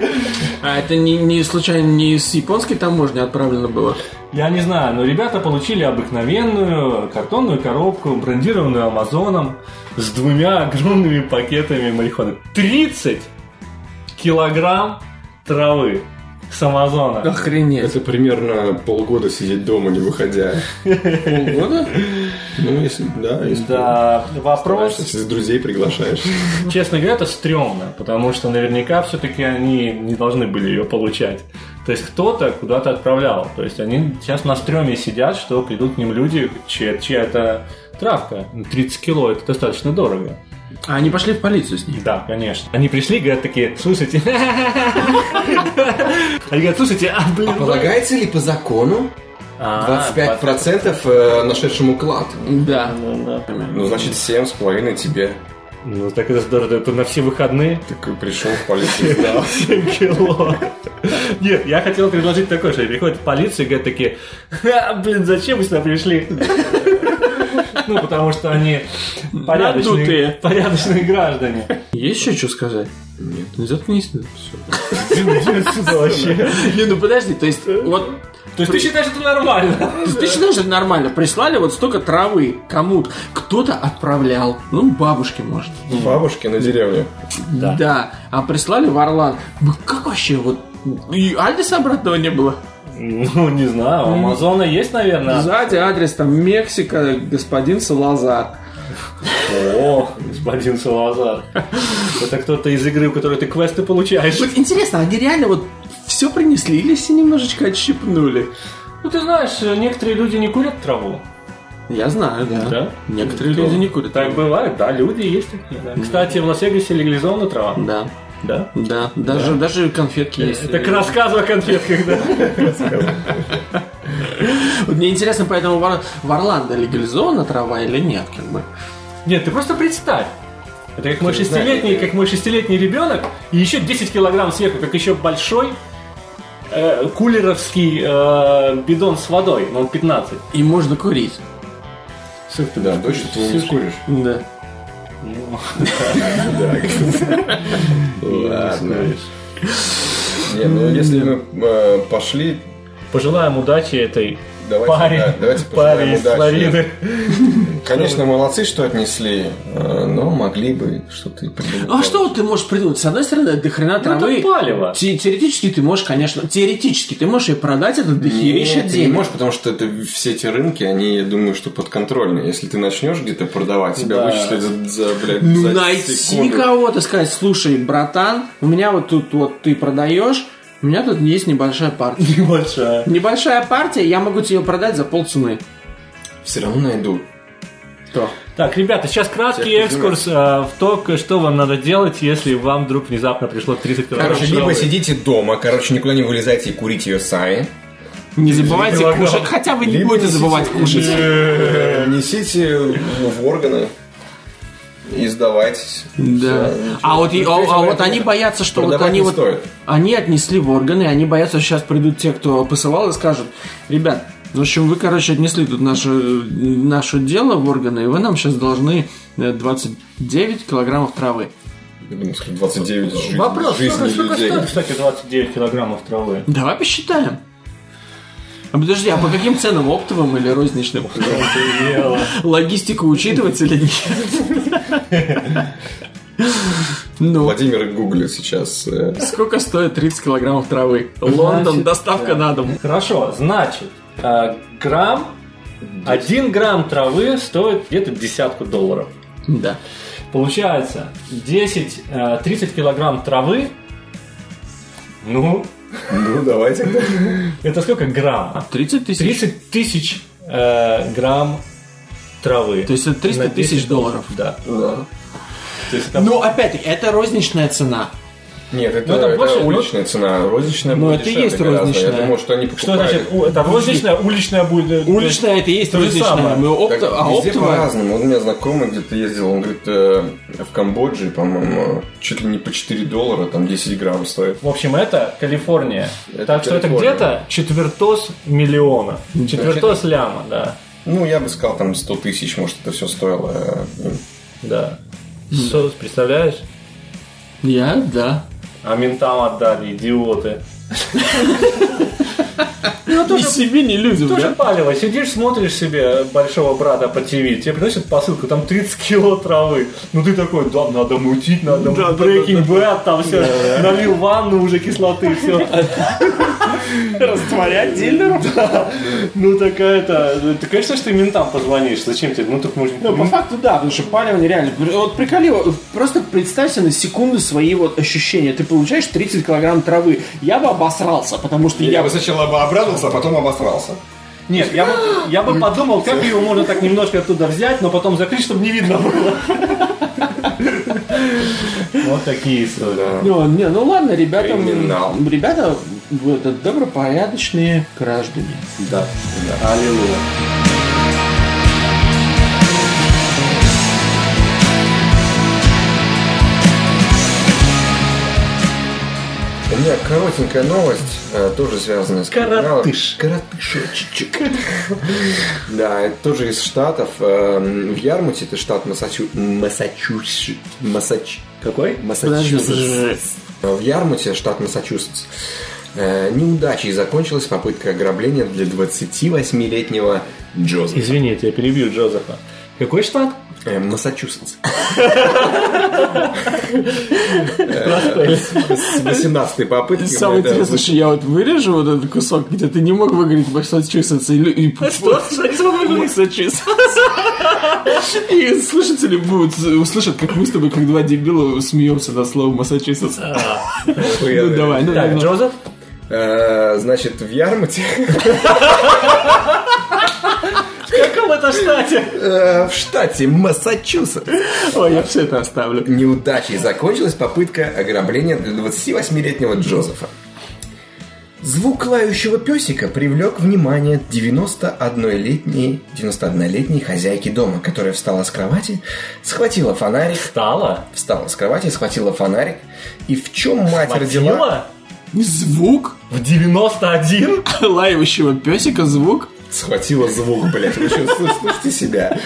это не, не случайно не с японской таможни отправлено было? Я не знаю, но ребята получили обыкновенную картонную коробку, брендированную Амазоном, с двумя огромными пакетами марихуаны. 30 килограмм травы с Амазона. Охренеть. Это примерно полгода сидеть дома, не выходя. Полгода? Ну, если, да, если... Да, вопрос, Если друзей приглашаешь. честно говоря, это стрёмно, потому что наверняка все таки они не должны были ее получать. То есть кто-то куда-то отправлял. То есть они сейчас на стреме сидят, что придут к ним люди, чья, чья это травка. 30 кило – это достаточно дорого. А они пошли в полицию с ней. Да, конечно. Они пришли, говорят такие, слушайте. Они говорят, слушайте, а блин. Полагается ли по закону А, 25% э, нашедшему клад? Да. Ну, значит, 7,5 тебе. Ну так это здорово, это на все выходные Такой пришел в полицию, сдал. 7 кило. Нет, я хотел предложить такое, что приходит полиция и говорят такие, «Ха, блин, зачем вы сюда пришли? Ну, потому что они порядочные, Надутые. порядочные граждане. Есть еще что сказать? Ну, Нет. Заткнись. Иди отсюда вообще. Не, ну подожди, то есть вот То есть ты считаешь, это нормально? ты считаешь, это нормально? Прислали вот столько травы кому-то. Кто-то отправлял. Ну, бабушке, может. Бабушки на деревне. Да. А прислали в Орлан. Ну, Как вообще вот... И адреса обратного не было. Ну, не знаю, у Амазона есть, наверное. Сзади адрес там Мексика, господин Салазар. О, господин Салазар. Это кто-то из игры, у которой ты квесты получаешь. Вот интересно, они реально вот все принесли или все немножечко отщипнули? Ну, ты знаешь, некоторые люди не курят траву. Я знаю, да. Да? Некоторые Кто? люди не курят. Так бывает, да, люди есть такие. да. Кстати, в Лас-Вегасе легализована трава. Да. Да. Э, Да, даже, даже конфетки есть. Так рассказывай о конфетках, да. э. Вот Мне интересно, поэтому в, Ор- в Орландо легализована трава или нет, как бы. Нет, ты просто представь. Это как мой шестилетний, как мой шестилетний ребенок, и еще 10 килограмм сверху, как еще большой э, кулеровский э, бидон с водой, но он 15. И можно курить. Слушай, ты Да, дочь, ты не скуришь. Да. Ладно. Не, ну если мы э, пошли, Пожелаем удачи этой давайте, да, паре, давайте паре пожелаем из удачи. Флориды. Конечно, молодцы, что отнесли, э, но могли бы что-то и придумать. А что вот ты можешь придумать? С одной стороны, до хрена Ну, это травы. палево. Те- Теоретически ты можешь, конечно, теоретически ты можешь и продать это дохерища Нет, ты не денег. можешь, потому что это все эти рынки, они, я думаю, что подконтрольные. Если ты начнешь где-то продавать, тебя Да. вычислят за, за, блядь, Ну, за найти секунду. кого-то сказать, слушай, братан, у меня вот тут вот ты продаешь, у меня тут есть небольшая партия. Небольшая. Небольшая партия, я могу тебе ее продать за полцены. Все равно найду. Так, ребята, сейчас краткий Всех экскурс э, в то, к- что вам надо делать, если вам вдруг внезапно пришло 30 килограмм. Короче, либо сидите дома, короче, никуда не вылезайте и курите ее сами. Не забывайте Либо- кушать. Хотя вы не Либо будете несите- забывать кушать. Э, Несите в органы и сдавайтесь. Да. Всё, ничего. А вот, и- а- Третьего а вот варианта они нет. боятся, что вот Продавать они не вот стоит. они отнесли в органы, и они боятся, что сейчас придут те, кто посылал, и скажут, ребят, в общем, вы, короче, отнесли тут наше, наше дело в органы, и вы нам сейчас должны э, 29 килограммов травы. Я думаю, что 29 жизней, Вопрос, сколько, жизней сколько людей. стоит, Ну, кстати, 29 килограммов травы? Давай посчитаем. А Подожди, а по каким ценам? Оптовым или розничным? Логистику учитывать или нет? Ну, Владимир гуглит сейчас. э, сколько стоит 30 килограммов травы? Лондон, Значит, доставка на дом. Хорошо, значит, э, грамм, один грамм травы стоит где-то десятку долларов. Да. Получается, 10, э, 30 килограмм травы, ну, Ну, давайте. это сколько грамм? 30 тысяч. 30 тысяч э, грамм травы. То есть это 300 На тысяч 10 долларов. Да. Да. То есть это- Ну, опять-таки, это розничная цена. Нет, это, Ну, это это больше, ну- уличная цена. Розничная Ну, будет это и дешевле есть гораздо. розничная. Я думаю, что они что покупают. значит, у- это розничная, уличная будет? э, Уличная это и есть То же розничная. самое. Мы опта- Так, а везде оптовая... по-разному. Вот у меня знакомый где-то ездил, он говорит, э, в Камбодже, по-моему, чуть ли не по 4 доллара, там 10 грамм стоит. В общем, это Калифорния. Это так что это Калифорния. где-то четвертос миллиона. Четвертос ляма, да. Ну, я бы сказал, там 100 тысяч, может, это все стоило. э, Да. Со- представляешь? Я, да. А ментам отдали, идиоты. И себе не людям, Ну, Тоже да? палево. Сидишь, смотришь себе большого брата по ТВ, тебе приносят посылку, там 30 кило травы. Ну ты такой, да, надо мутить, надо Breaking Bad, там все, налил ванну уже кислоты, все. Растворять дилеров? Ну такая-то, ты, конечно, что ты ментам позвонишь, зачем тебе, ну так можно... Ну, по факту, да, потому что палево нереально. Вот приколи, просто представься на секунду свои вот ощущения. Ты получаешь 30 килограмм травы. Я бы обосрался, потому что я... бы- сначала бы обрадовался, а потом обосрался. Нет, я бы, я бы подумал, как его можно так немножко оттуда взять, но потом закрыть, чтобы не видно было. Вот такие истории. Ну, не, ну ладно, ребята... Криминал. Ребята вот, это добропорядочные граждане. Да. Аллилуйя. У меня коротенькая новость, э, тоже связанная с Коротыш. криминалом. Коротышечек. Да, это тоже из Штатов. Эм, В Ярмуте, это штат Массачу... Массачусетс. Массач... Какой? Массачусетс. Э, В Ярмуте, штат Массачусетс, э, неудачей закончилась попытка ограбления для 28-летнего Джозефа. Извините, я перебью Джозефа. Какой штат? Э, Массачусетс. Э, С 18-й попытки. мы Самое это интересное, что я вот вырежу вот этот кусок, где ты не мог выговорить Массачусетс и, лю- и Массачусетс. И слушатели будут услышат, как мы с тобой, как два дебила, смеемся над словом Массачусетс. Ну охуенно. давай, ну Так, давай. Джозеф? Э, Значит, в Ярмуте В каком а это штате? Э, В штате Массачусетс Ой, я все это оставлю. неудачей закончилась попытка ограбления для 28-летнего Джозефа. Звук лающего песика привлек внимание 91-летней 91-летней хозяйки дома, которая встала с кровати, схватила фонарик, Стало. встала с кровати, схватила фонарик, и в чем мать родила? Родила? Звук В 91? лающего песика, звук. Схватила звук, блядь, вы что, слы- слышите себя?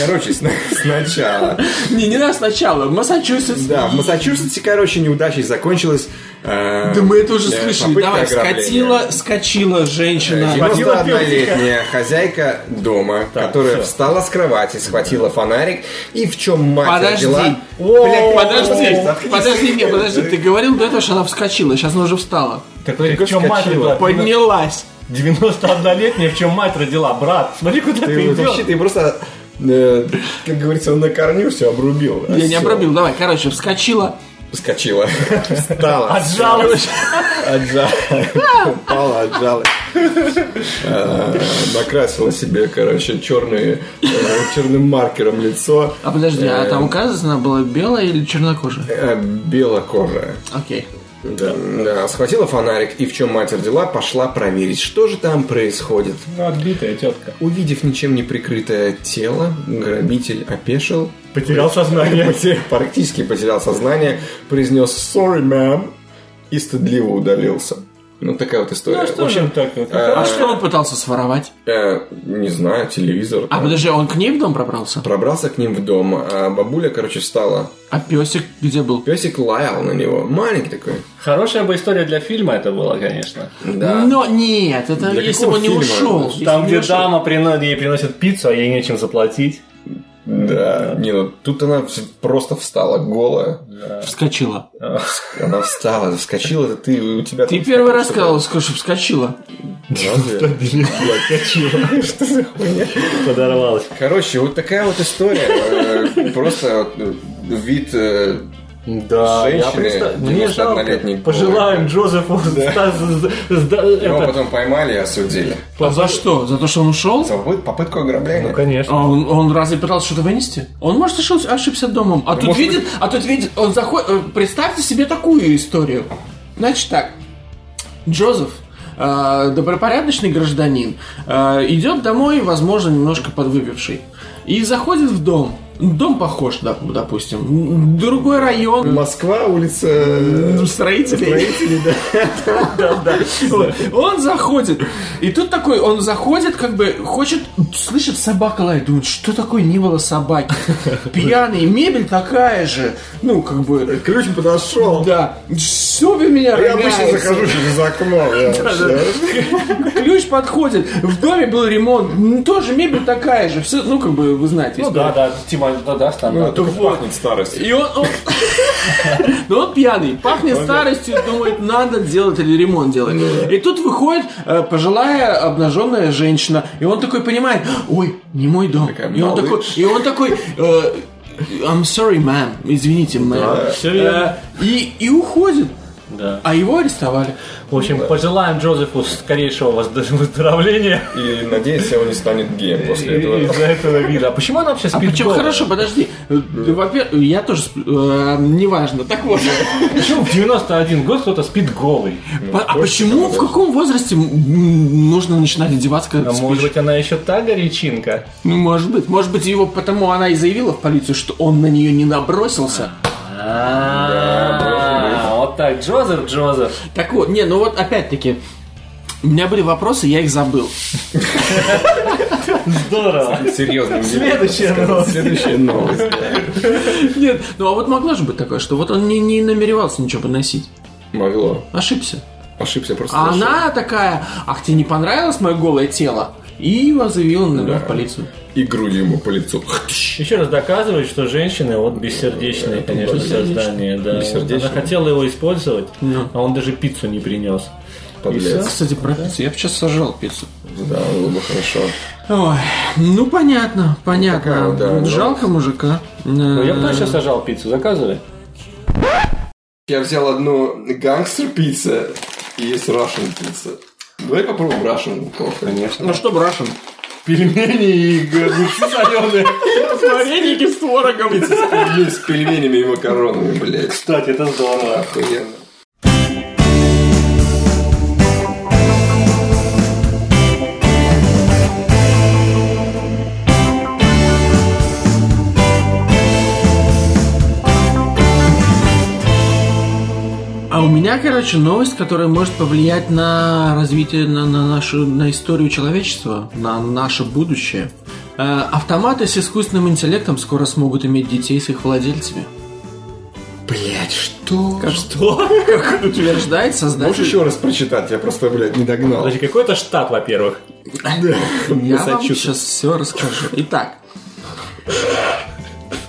Короче, сна- сначала. Не, не надо сначала, Массачусетс. Да, в Массачусетсе, короче, неудачей закончилась. э, Да мы это уже э, слышали. попытка Давай, ограбления. Э, скатила, скочила женщина. 91-летняя хозяйка дома, которая всё. встала с кровати, схватила фонарик и в чем мать Подожди. родила... О, Блядь, Подожди, заткнись. подожди, не, подожди, ты говорил до этого, что она вскочила, сейчас она уже встала. Как говорит, в Как чем мать вскочила? родила? Поднялась. 91-летняя, в чем мать родила, брат. Смотри, куда Ты, ты вот вообще, идешь. ты просто, э, как говорится, он на корню все обрубил. Я не Всё. обрубил, давай, короче, вскочила. Вскочила. Встала. Отжалуешь. Отжала. Упала, отжала. Э, Накрасила себе, короче, черные, э, черным маркером лицо. А подожди, а там указывается, она была белая или чернокожая? Э, Белокожая. Окей. Да. Да, схватила фонарик и в чем мать родила, пошла проверить, что же там происходит. Ну, отбитая тетка. Увидев ничем не прикрытое тело, грабитель опешил, Потерял сознание. поте- практически потерял сознание, произнес «sorry, ma'am» и стыдливо удалился. Ну, такая вот история. Ну, что В общем, же так вот? А что он пытался своровать? э, не знаю, телевизор. А там. подожди, он к ней в дом пробрался? Пробрался к ним в дом, а бабуля, короче, встала. А песик где был? Песик лаял на него. Маленький такой. Хорошая бы история для фильма это была, конечно. Да. Но нет, это Для если бы какого он фильма? не ушел. Если Там, бы где не ушел. дама прино- ей приносит пиццу, а ей нечем заплатить. Да. Не, ну тут она вс- просто встала голая. Вскочила. Она встала, вскочила, это ты, у тебя... Ты там первый такое раз сказал, что вскочила. что-то- Разве? Что за хуйня? Подорвалась. Короче, вот такая вот история. Э, Просто вот, э, вид... э, Да, Женщины, я представ- мне 91-летний жалко. Пожелаем повар. Джозефу ста- з- з- Его это- ну, а потом поймали и осудили. А за что? За то, что он ушел? За попыт- попытку Ну, ограбления. конечно. А он, он разве пытался что-то вынести? Он может ошибся, ошибся домом. А тут может видит, а тут видит, он заходит. э, Представьте себе такую историю. Значит так, Джозеф, э, добропорядочный гражданин, э, идет домой, возможно, немножко подвыпивший, и заходит в дом. Дом похож, доп- допустим, другой район. Москва, улица... э, Строителей. Строителей, да. Вот. Он заходит. И тут такой, он заходит, как бы хочет, слышит собака лает, думает, что такое не было собаки. Пьяный, мебель такая же. Ну, как бы, Ключ подошел. да. Все вы меня Я обычно роняете. захожу через окно. я вообще. Ключ подходит. В доме был ремонт. Ну, Тоже мебель такая же. Все, ну, как бы, вы знаете. Ну историю. да, да, Тима, да, да, стандарт. Только пахнет старость. И он, он- Ну, он пьяный, пахнет старостью, думает, надо делать или ремонт делать. Ну, И тут выходит э, пожилая обнаженная женщина, и он такой понимает, ой, не мой дом. Такая, И он «Малыш». такой, и он такой, э, I'm sorry, ma'am, извините, ma'am. Всё верно. Э, И, и уходит. Да. А его арестовали. В общем, пожелаем Джозефу скорейшего возд- выздоровления И надеюсь, он не станет геем и- после этого. из-за этого вида. А почему она вообще А спит причем дома? хорошо, подожди. Э, Во-первых, я тоже сплю, э, неважно. Так вот. Ну, Почему в 91 год кто-то спит голый? По- А почему, в каком возрасте м, м, нужно начинать одеваться, когда А ты может спишь? быть, она еще та горячинка? Ну, может быть. Может быть, его потому она и заявила в полицию, что он на нее не набросился. А, вот так, Джозеф, Джозеф. Так вот, не, ну вот опять-таки, у меня были вопросы, я их забыл. Здорово. Серьезно. Следующая новость. Следующая новость. Нет, ну а вот могло же быть такое, что вот он не, не намеревался ничего подносить. Могло. Ошибся. Ошибся просто. А она такая, ах, тебе не понравилось мое голое тело? И его заявила на него в полицию. И грудью ему по лицу. Еще раз доказывает, что женщины вот бессердечные, конечно, создания. Да. Бессердечные. Вот Она хотела его использовать, а он даже пиццу не принес. Подлец. Кстати, про пиццу. Я бы сейчас сожрал пиццу. Да, было бы хорошо. Ой, ну понятно, понятно. Такая, да, Жалко мужика. Ну, я бы точно сажал пиццу, заказывай. Я взял одну гангстер пицца и есть Russian пицца. Давай попробуем Russian кофе. Конечно. Ну что, Брашин, пельмени и огурцы соленые. Вареники с творогом. Блин, ну, С пельменями и макаронами, блядь. Кстати, это здорово. Охуенно. А у меня, короче, новость, которая может повлиять на развитие, на, на нашу, на историю человечества, на наше будущее. Э, Автоматы с искусственным интеллектом скоро смогут иметь детей с их владельцами. Блядь, что? Что? Утверждает Можешь создатель. еще раз прочитать? Я просто, блядь, не догнал. Подожди, какой это штат, во-первых? Я вам Массачусетс. сейчас все расскажу. Итак.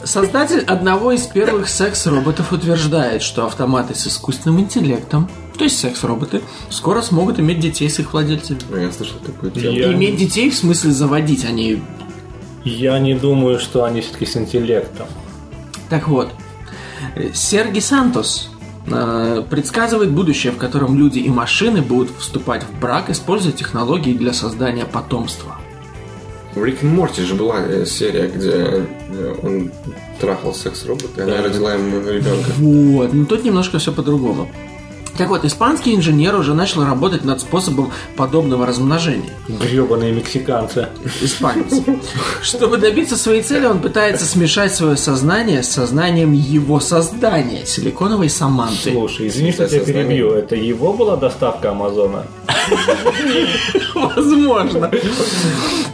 Создатель одного из первых секс-роботов утверждает, что автоматы с искусственным интеллектом, то есть секс-роботы, скоро смогут иметь детей с их владельцами. Ну, Я слышал такую тему. Я- Иметь детей в смысле заводить, а не... Я не думаю, что они все-таки с интеллектом. Так вот. Э, Сергей Сантос э, предсказывает будущее, в котором люди и машины будут вступать в брак, используя технологии для создания потомства. В Рик и Морти же была э, серия, где э, он трахал секс-робота, и она родила ему ребенка. Вот, но тут немножко все по-другому. Так вот, испанский инженер уже начал работать над способом подобного размножения. Гребаные мексиканцы. Испанец. Чтобы добиться своей цели, он пытается смешать свое сознание с сознанием его создания, силиконовой Саманты. Слушай, извини, что я Это тебя перебью. Это его была доставка Амазона? Возможно.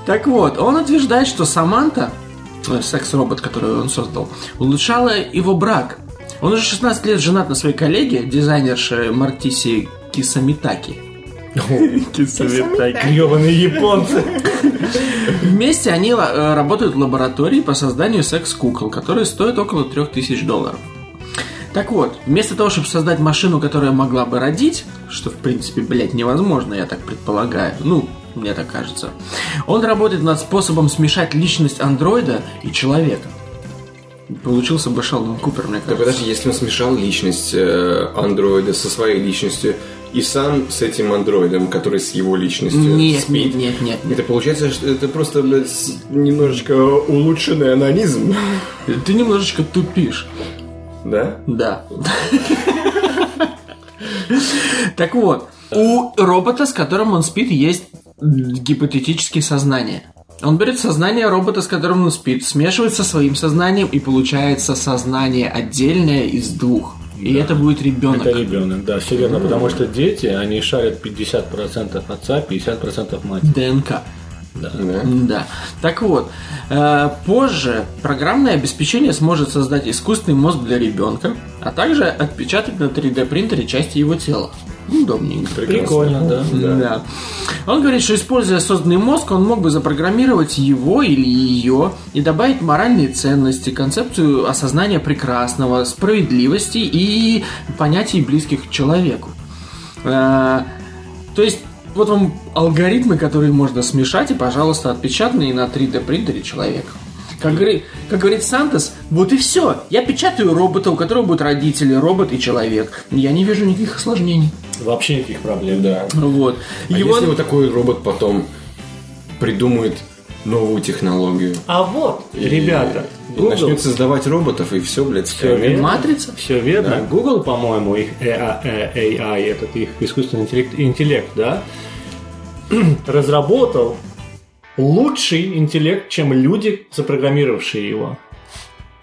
Так вот, он утверждает, что Саманта, э, секс-робот, который он создал, улучшала его брак. Он уже 16 лет женат на своей коллеге, дизайнерше Мартиси Кисамитаки. Ну Гребаные японцы. Вместе они э, работают в лаборатории по созданию секс-кукол, которые стоят около 3000 долларов. Так вот, вместо того, чтобы создать машину, которая могла бы родить, что, в принципе, блядь, невозможно, я так предполагаю, ну, мне так кажется, он работает над способом смешать личность андроида и человека. Получился бы Шелдон Купер, мне Да кажется. подожди, если он смешал личность э, андроида со своей личностью и сам с этим андроидом, который с его личностью Нет, спит, нет, нет, нет, это получается, что это просто, блядь, с- немножечко улучшенный анонизм. нет. Ты немножечко тупишь. Да? Да. Так вот, у робота, с которым он спит, есть гипотетические сознания. Он берет сознание робота, с которым он спит, смешивает со своим сознанием, и получается сознание отдельное из двух. И это будет ребенок. Это ребенок, да, все верно, потому что дети, они шарят 50% отца, 50% матери. ДНК. Да. Да. Так вот, э, позже программное обеспечение сможет создать искусственный мозг для ребенка, а также отпечатать на 3D принтере части его тела. Удобненько. Прикольно, да. Да. Он говорит, что используя созданный мозг, он мог бы запрограммировать его или ее и добавить моральные ценности, концепцию осознания прекрасного, справедливости и понятий близких к человеку. Э, То есть, вот вам алгоритмы, которые можно смешать и, пожалуйста, отпечатанные на 3D принтере человека. Как, говори- как говорит Сантос, вот и все. Я печатаю робота, у которого будут родители, робот и человек. Я не вижу никаких осложнений. Вообще никаких проблем, да. Вот. А Его- если вот такой робот потом придумает новую технологию? А вот, и- ребята, и начнет создавать роботов, и все, блядь, скажет. верно. Матрица? Все верно. Google, по-моему, их AI, э, AI, этот их искусственный интеллект, интеллект, да, разработал лучший интеллект, чем люди, запрограммировавшие его.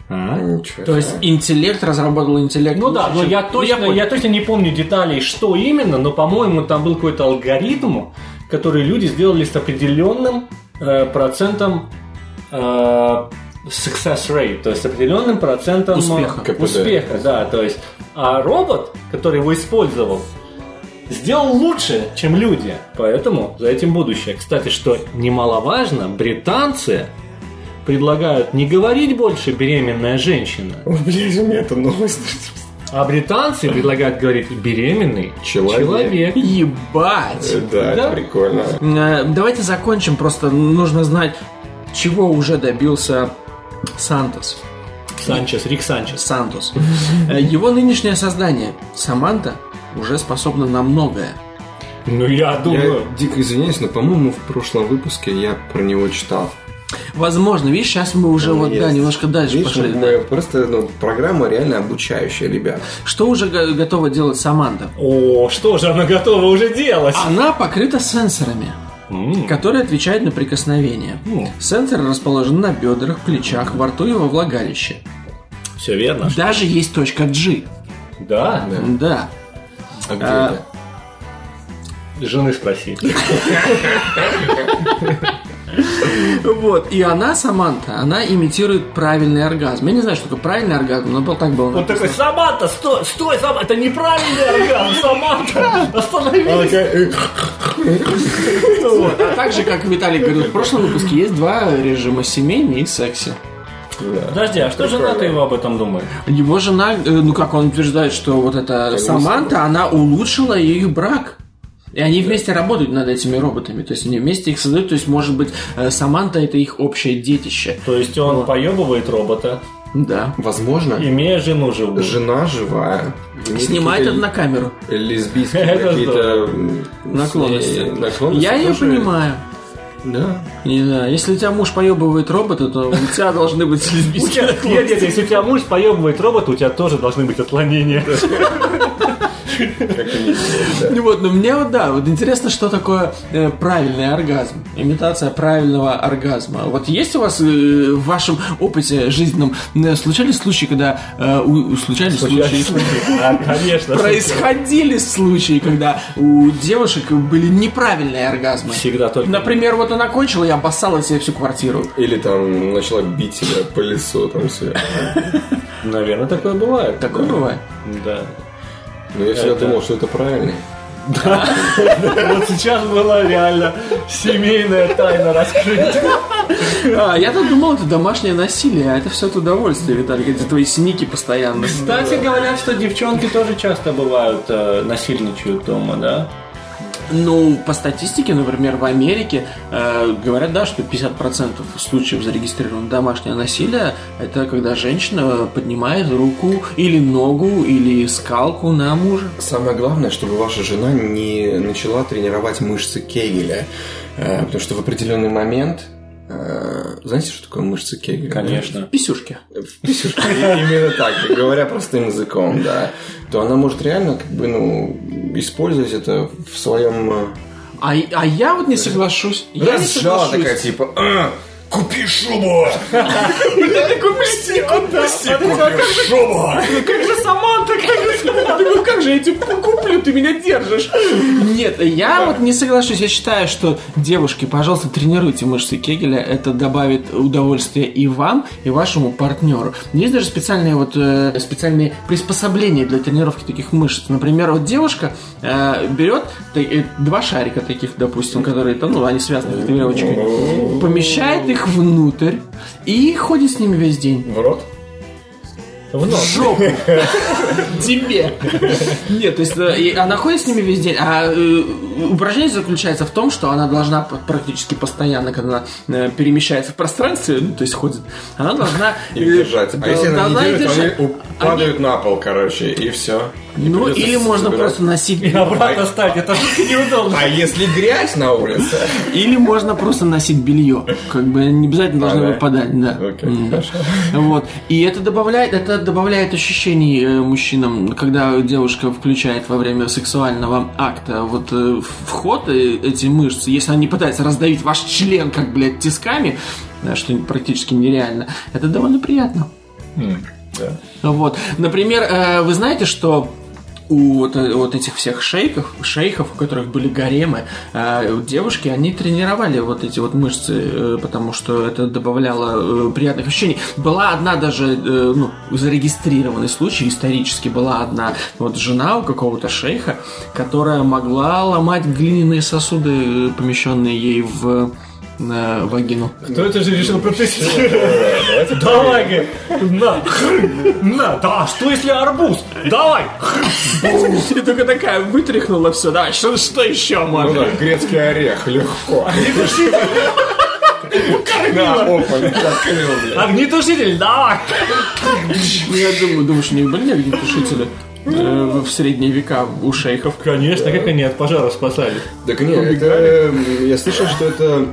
А? Ничего. То есть интеллект разработал интеллект. Ну да, но я точно, я, точно не помню деталей, что именно, но, по-моему, там был какой-то алгоритм, который люди сделали с определенным э, процентом э, success rate, то есть с определенным процентом Успеха. э, успеха, да, то есть, а робот, который его использовал, сделал лучше, чем люди, поэтому за этим будущее. Кстати, что немаловажно, британцы предлагают не говорить больше беременная женщина, О, блядь, у меня эта новость. а британцы предлагают говорить беременный Человек. Ебать! Э, Да, это прикольно. Э, Давайте закончим, просто нужно знать, чего уже добился Сантос. Санчес, Рик Санчес. Сантос. Э, Его нынешнее создание, Саманта, уже способна на многое. Ну, я Я думаю... дико извиняюсь, но, по-моему, в прошлом выпуске я про него читал. Возможно, видишь, сейчас мы уже Он вот, да, есть. немножко дальше Видишь, пошли. мы- да. мы Просто ну, программа реально обучающая, ребят. Что уже го- готова делать Саманда? О, что же она готова уже делать? Она покрыта сенсорами, А, М, которые отвечают на прикосновение. М. Сенсоры расположены на бедрах, плечах, во рту и во влагалище. Все верно. Даже есть точка G. Да? Да. А где А, это? Жены спроси. Вот. И она, Саманта, она имитирует правильный оргазм. Я не знаю, что такое правильный оргазм, но был- так было. Он такой, Саманта, стой, стой, Саманта, это неправильный оргазм, Саманта, остановись. Вот. А также, как Виталий говорил в прошлом выпуске, есть два режима семейный и секси. Подожди, а что жена-то его об этом думает? Его жена, э, ну как он утверждает, что вот эта Саманта, она улучшила ее брак. И они вместе работают над этими роботами. То есть они вместе их создают. То есть, может быть, э, Саманта это их общее детище. То есть он поебывает робота, Да. Возможно, имея жену живую. жена живая. Имеет Снимает это какие-то на камеру. лесбийские Это какие-то м, Наклонности. э, наклонности Я ее тоже- понимаю. Да. Не знаю, если у тебя муж поебывает робота, то у тебя должны быть У тебя- лесбийские Нет, нет, наклонности. если у тебя муж поебывает робота, у тебя тоже должны быть отклонения. Как они делают, да. Ну вот, ну мне вот да, вот интересно, что такое э, правильный оргазм, имитация правильного оргазма. Вот есть у вас э, в вашем опыте жизненном э, случались случаи, когда э, у- у- случались случаи? А, конечно. Происходили случаи, когда у девушек были неправильные оргазмы. Всегда только... Например, вот она кончила и обоссала себе всю квартиру. Или там начала бить себя по лицу, там все. Наверное, такое бывает. Такое бывает. Да. Но я всегда думал, что это правильно. Вот сейчас была реально семейная тайна раскрыта. А, я тут думал, это домашнее насилие, а это все от удовольствия, Виталий, где твои синики постоянно. Кстати, говорят, что девчонки тоже часто бывают э, насильничают дома, да? Ну, по статистике, например, в Америке э, говорят, да, что 50% случаев зарегистрированного домашнего насилия это когда женщина поднимает руку или ногу или скалку на мужа. Самое главное, чтобы ваша жена не начала тренировать мышцы Кегеля. Э, Потому что в определенный момент... э, Знаете, что такое мышцы Кегеля? Конечно. Писюшки. В писюшке. Именно так, говоря простым языком, да. То она может реально как бы, ну, использовать это в своем... А, а я вот не соглашусь. Я не Разжала соглашусь. такая, типа, «А, купи шубу! Я такой, «Прости, купи, Купи шубу! Как же Саманта, как же Саманта, ну как же я тебе куплю, ты меня держишь. Нет, я вот не соглашусь, я считаю, что девушки, пожалуйста, тренируйте мышцы Кегеля, это добавит удовольствия и вам, и вашему партнеру. Есть даже специальные вот э, специальные приспособления для тренировки таких мышц. Например, вот девушка э, берет та- э, два шарика таких, допустим, которые там, ну, они связаны с тренировочкой, помещает их внутрь и ходит с ними весь день. В рот? В нос. Жопу. Тебе. Нет, то есть э, и она ходит с ними весь день, а э, упражнение заключается в том, что она должна п- практически постоянно, когда она э, перемещается в пространстве, ну, то есть ходит, она должна... И э, держать. А да, если она не должна и держит, держать. они упадают на пол, короче, и все. Ну, или можно просто И носить... обратно стать, это жутко неудобно. А если грязь на улице? Или можно просто носить белье. Как бы не обязательно должно да? выпадать, да. Окей, М. хорошо. Вот. И это добавляет, это добавляет ощущений э, мужчинам, когда девушка включает во время сексуального акта вот э, вход э, эти мышцы, если они пытаются раздавить ваш член, как, блядь, тисками, э, что практически нереально, это довольно приятно. Вот. Например, э, вы знаете, что у вот, э, вот этих всех шейков, шейхов, у которых были гаремы, э, девушки, они тренировали вот эти вот мышцы, э, потому что это добавляло э, приятных ощущений. Была одна даже, э, ну, зарегистрированный случай, исторически была одна вот жена у какого-то шейха, которая могла ломать глиняные сосуды, э, помещенные ей в э, вагину. Кто это же решил протестировать? Давай, говорит, на, хрм, на, да, а что если арбуз? Давай! И только такая вытряхнула все, да, что, что еще Ну можно? да, грецкий орех, легко. Да, опа, не открыл, блядь. Огнетушитель, давай! Ну, я думаю, думаешь, у них были огнетушители? э, в средние века у шейхов. Конечно, как они от пожара спасались? Так нет, это, э, я слышал, что это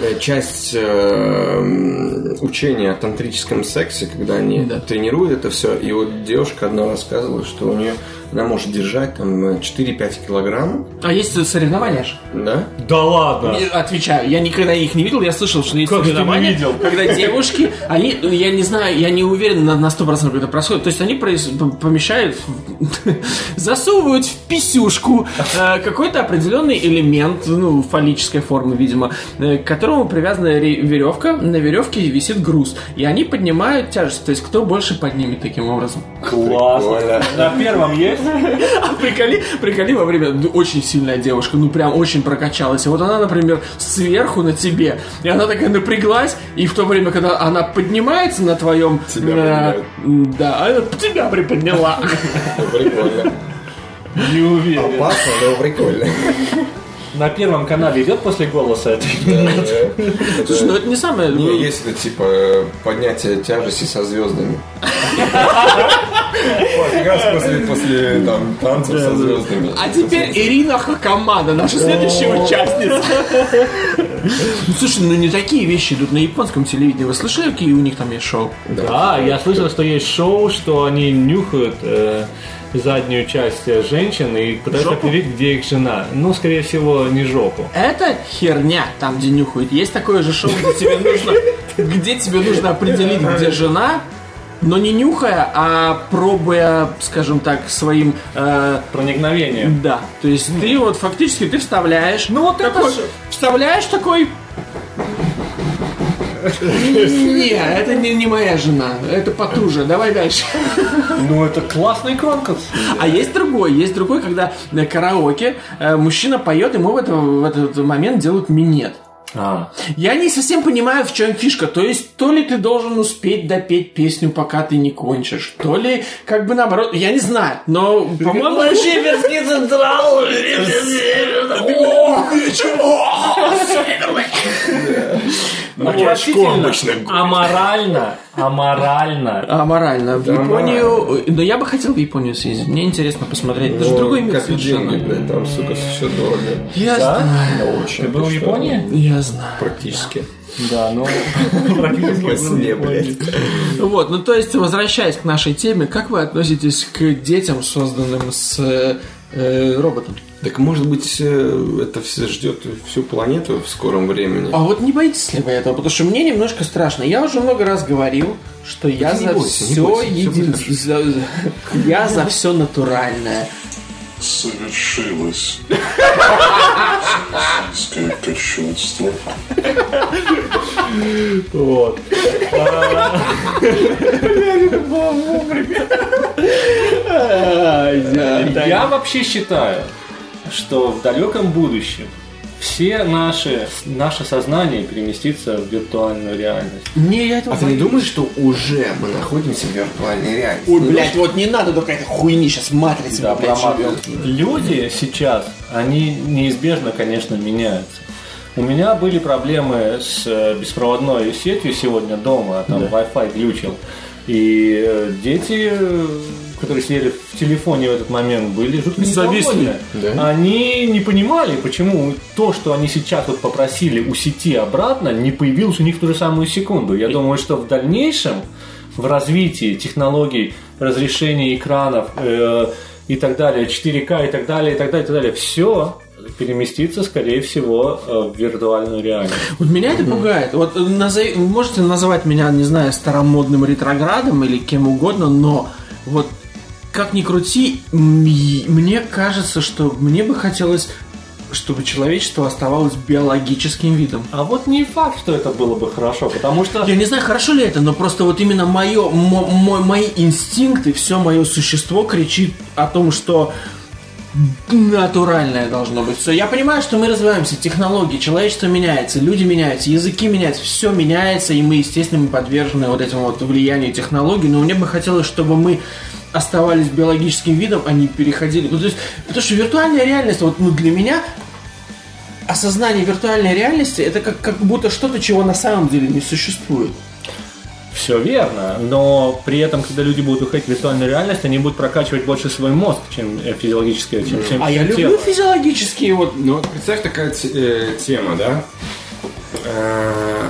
э, часть э, м, учения о тантрическом сексе, когда они Да. тренируют это все. И вот девушка одна рассказывала, что у нее она может держать там э, 4-5 килограмм, А есть соревнования же? да? Да ладно! И Отвечаю, я никогда их не видел, я слышал, что есть Как ты не соревнования, видел? когда девушки, они, ну, я не знаю, я не уверен на, на 100% как это происходит, то есть они проис- п- помещают, в- засовывают в писюшку э, какой-то определенный элемент, ну, фаллической формы, видимо, э, к которому привязана ре- веревка, на веревке висит груз, и они поднимают тяжесть, то есть кто больше поднимет таким образом. Классно! Прикольно. На первом есть? А приколи, приколи во время, ну, очень сильная девушка, ну прям очень прокачалась. И вот она, например, сверху на тебе, и она такая напряглась, и в то время, когда она поднимается на твоем... Тебя э, м, да, она тебя приподняла. Прикольно. Не уверен. Опасно, но прикольно. На первом канале идет после голоса это? Слушай, ну это не самое... Не, есть это типа э, поднятие тяжести со звездами. Вот, Как раз после- после там, танцев со звездами. А теперь Ирина Хакамада, наша следующая участница. Ну, Слушай, ну не такие вещи идут на японском телевидении. Вы слышали, какие у них там есть шоу? Да, А, я слышал, что есть шоу, что они нюхают э, заднюю часть э, женщин и пытаются определить, где их жена. Ну, скорее всего, не жопу. Это херня, там, где нюхают. Есть такое же шоу, где тебе нужно, где тебе нужно определить, где жена, но не нюхая, а пробуя, скажем так, своим... э, Проникновение. да, то есть ты вот фактически ты вставляешь... Ну вот такой, Вставляешь такой... Не, это не, не моя жена, это потуже, давай дальше. Ну, это классный конкурс. А есть другой, есть другой, когда на караоке э, мужчина поет, ему в, это- в этот момент делают минет. А, Я не совсем понимаю, в чем фишка. То есть, то ли ты должен успеть допеть песню, пока ты не кончишь, то ли, как бы наоборот, я не знаю, но, по-моему... Ну, отвратительно, аморально, аморально. А, Аморально. В Японию... Но я бы хотел в Японию съездить. Мне интересно посмотреть. Это же Ну, другой мир как и деньги, совершенно. блядь, там, сука, все дорого. Я знаю. Да, очень. Ты был в Ну, что, Японии? Я знаю. Практически. Да, ну, Во сне, блядь. Вот, ну то есть, возвращаясь к нашей теме, как вы относитесь к детям, созданным с э, э, роботом? Так может быть, э, это все ждет всю планету в скором времени. А вот не боитесь ли вы этого? Потому что мне немножко страшно. Я уже много раз говорил, что я не за бойся, не все бойся, всё един- будет хорошо. за- за- Я за все натуральное. Совершилось. Физическое кощунство. вот. Я вообще считаю, что в далеком будущем все наши, наше сознание переместится в виртуальную реальность. Не, я этого А ты не думаешь, что уже мы находимся в виртуальной реальности? Ну, Ой, блядь, вот не надо только этой хуйни сейчас матрицы, Да, блядь, про живём. Марвел. Люди сейчас, они неизбежно, конечно, меняются. У меня были проблемы с э, беспроводной сетью сегодня дома, а там Wi-Fi глючил. И э, дети, э, которые сидели в телефоне в этот момент, были жутко Зависли. недовольны. Да. Они не понимали, почему то, что они сейчас вот попросили у сети обратно, не появилось у них в ту же самую секунду. Я думаю, что в дальнейшем в развитии технологий разрешения экранов э, и так далее, 4К и так далее, и так далее, и так далее, все переместится, скорее всего, э, в виртуальную реальность. Вот меня это пугает. Вот э, назови- можете называть меня, не знаю, старомодным ретроградом или кем угодно, но вот как ни крути, м, и- мне кажется, что мне бы хотелось, чтобы человечество оставалось биологическим видом. А вот не факт, что это было бы хорошо, потому что... Я не знаю, хорошо ли это, но просто вот именно мое, мо- мо- мои инстинкты, все мое существо кричит о том, что натуральное должно быть. Все, я понимаю, что мы развиваемся, технологии, человечество меняется, люди меняются, языки меняются, все меняется, и мы, естественно, мы подвержены вот этому вот влиянию технологий, но мне бы хотелось, чтобы мы оставались биологическим видом, а не переходили. Ну, то есть, потому что виртуальная реальность, вот ну, для меня осознание виртуальной реальности это как, как будто что-то, чего на самом деле не существует. Все верно, но при этом, когда люди будут уходить в виртуальную реальность, они будут прокачивать больше свой мозг, чем э, физиологическое, чем, чем А я тело. люблю физиологические вот... Ну вот представь такая те- э, тема, да? Э,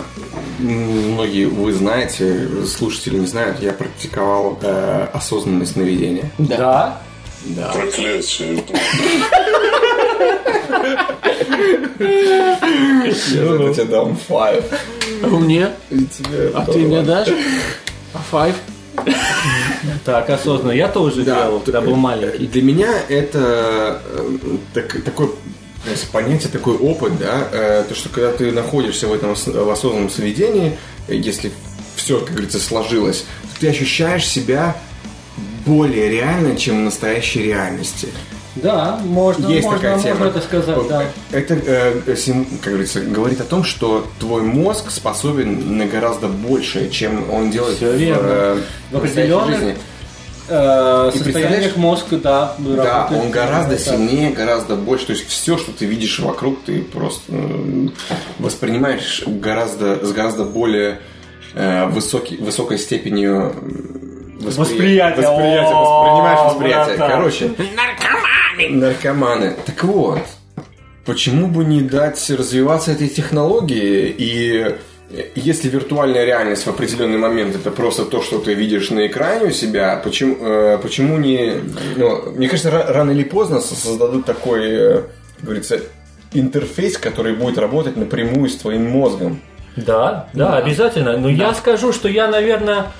м, Многие вы знаете, слушатели не знают, я практиковал э, осознанное сновидение. Да. Да. Проклятие. Я за это тебе дам файл. Вы мне? И тебе А тоже. ты мне дашь? А файв? Так, осознанно. Я тоже Да, делал, когда был маленький. Для меня это э, так- такой то есть понятие, такой опыт, да, э, то, что когда ты находишься в этом ос- в осознанном сведении, если все, как говорится, сложилось, то ты ощущаешь себя более реально, чем в настоящей реальности. Да, можно, Есть Ну, можно, такая тема. можно это сказать, Вот да. Это, э, сим- как говорится, говорит о том, что твой мозг способен на гораздо большее, чем он делает Всё в, верно. э, В настоящей определенных жизни. Э, И состояниях представляешь- мозг, да, Да, работает. он гораздо Да. сильнее, гораздо больше. То есть все, что ты видишь вокруг, ты просто м, воспринимаешь гораздо с гораздо более э, высоки- высокой степенью э, м, воспри- Восприятие. восприятие, О, воспринимаешь восприятие. братан. Короче, наркоманы. Наркоманы. Так вот, почему бы не дать развиваться этой технологии и если виртуальная реальность в определенный момент это просто то, что ты видишь на экране у себя, почему, э, почему не... ну, мне кажется, ра- рано или поздно со- создадут такой, э, как говорится, интерфейс, который будет работать напрямую с твоим мозгом. Да, да, обязательно. Но я скажу, что я, наверное,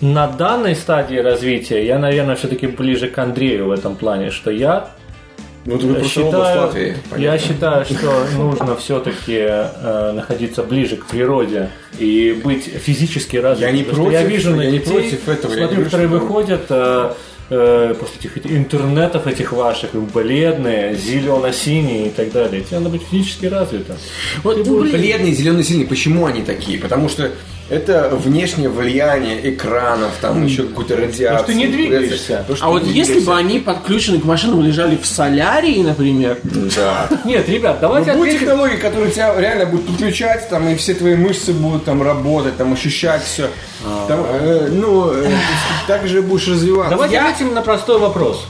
на данной стадии развития, я, наверное, все-таки ближе к Андрею в этом плане, что я Ну, Вот вы просто оба с считаю, Латвии, я понятно. считаю, что нужно все-таки находиться ближе к природе и быть физически развитым. Я не Потому что Я против, вижу на я не детей, против этого, я Смотрю, говорю, которые что- выходят э, э, после этих интернетов этих ваших, бледные, зелено-синие и так далее. Тебе надо быть физически развитым. Вот, ну, блин. Бледные, зеленые, сильные. Почему они такие? Потому что это внешнее влияние экранов, там еще какой-то радиации. ты не двигаешься. Потому что А ты вот не если бы двигаешься. они подключены к машинам и лежали в солярии, например, Да. Нет, ребят, давайте Ну, будет ответим. технологии, которые тебя реально будут подключать, там, и все твои мышцы будут там работать, там, ощущать все. А. ну, э, так же будешь развиваться. Давайте Я- ответим на простой вопрос.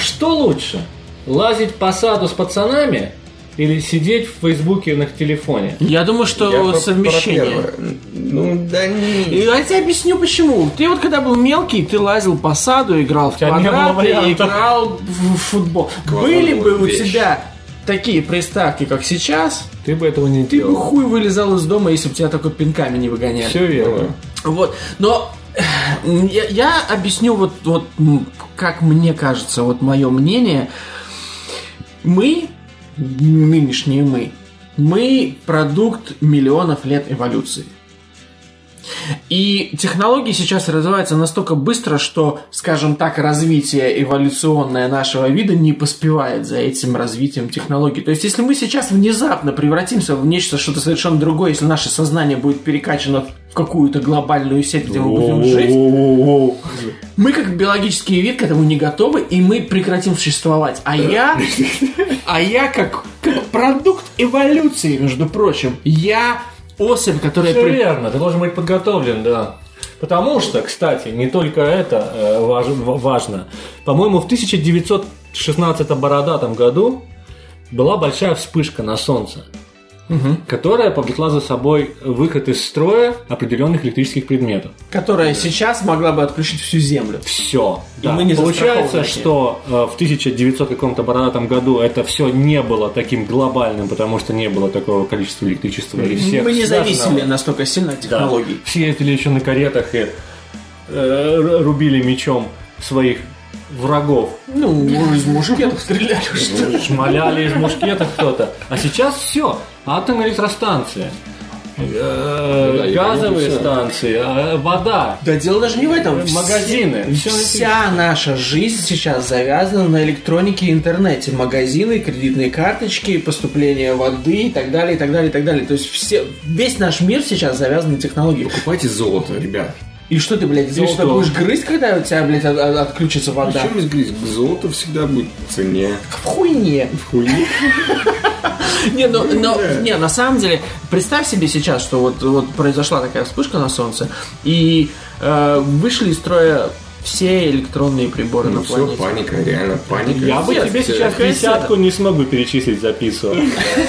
Что лучше? Лазить по саду с пацанами или сидеть в Фейсбуке на телефоне? я думаю, я что про- про совмещение. первое. Ну, да И не. я тебе объясню почему. Ты вот когда был мелкий, ты лазил по саду, играл в тебя не было квадраты, вариантов. играл в футбол. Квадрат Были бы у вещь. тебя такие приставки, как сейчас, Ты бы этого не ты бы хуй вылезал из дома, если бы тебя только пинками не выгоняли. Все верно. Вот, но м, я, я объясню вот, вот м, как мне кажется, вот мое мнение. Мы, нынешние мы, мы продукт миллионов лет эволюции. И технологии сейчас развиваются настолько быстро, что, скажем так, развитие эволюционное нашего вида не поспевает за этим развитием технологий. То есть, если мы сейчас внезапно превратимся в нечто что-то совершенно другое, если наше сознание будет перекачано в какую-то глобальную сеть, где мы будем жить, мы как биологический вид к этому не готовы, и мы прекратим существовать. А я, а я как, как продукт эволюции, между прочим, я особь, которая... Все при- верно, ты должен быть подготовлен, да. Потому что, кстати, не только это э, важ- в- важно. По-моему, в 1916 бородатом году была большая вспышка на Солнце, которая повлекла за собой выход из строя определенных электрических предметов. которая сейчас могла бы отключить всю землю. все. И мы не застрахованы Получается, от них. что э, в 1900 каком-то бородатом году это все не было таким глобальным, потому что не было такого количества электричества и всех. Мы не связанного. зависели настолько сильно от Да. технологий. Все ездили еще на каретах и э, р- рубили мечом своих врагов. Ну, из мужиков стреляли что ли. Шмаляли из мушкетов кто-то. А сейчас все. Атомная электростанция. э, Ну да, и газовые всё. станции, э, вода, Да дело даже не в этом. Все- магазины. Всё Вся наша жизнь сейчас завязана на электронике и интернете. Магазины, кредитные карточки, поступление воды и так далее, и так далее, и так далее. То есть все, весь наш мир сейчас завязан на технологии. Покупайте золото, ребят. И что ты, блядь, золото что? будешь грызть, когда у тебя, блядь, от- от- отключится вода? Причем здесь золото всегда будет в цене. В хуйне. В хуйне. Не, ну, но- не, на самом деле, представь себе сейчас, что вот, вот произошла такая вспышка на Солнце, и э, вышли из строя все электронные приборы на Ну все, планете. паника, реально паника. Я бы тебе сейчас конечно. десятку не смогу перечислить за пиццу.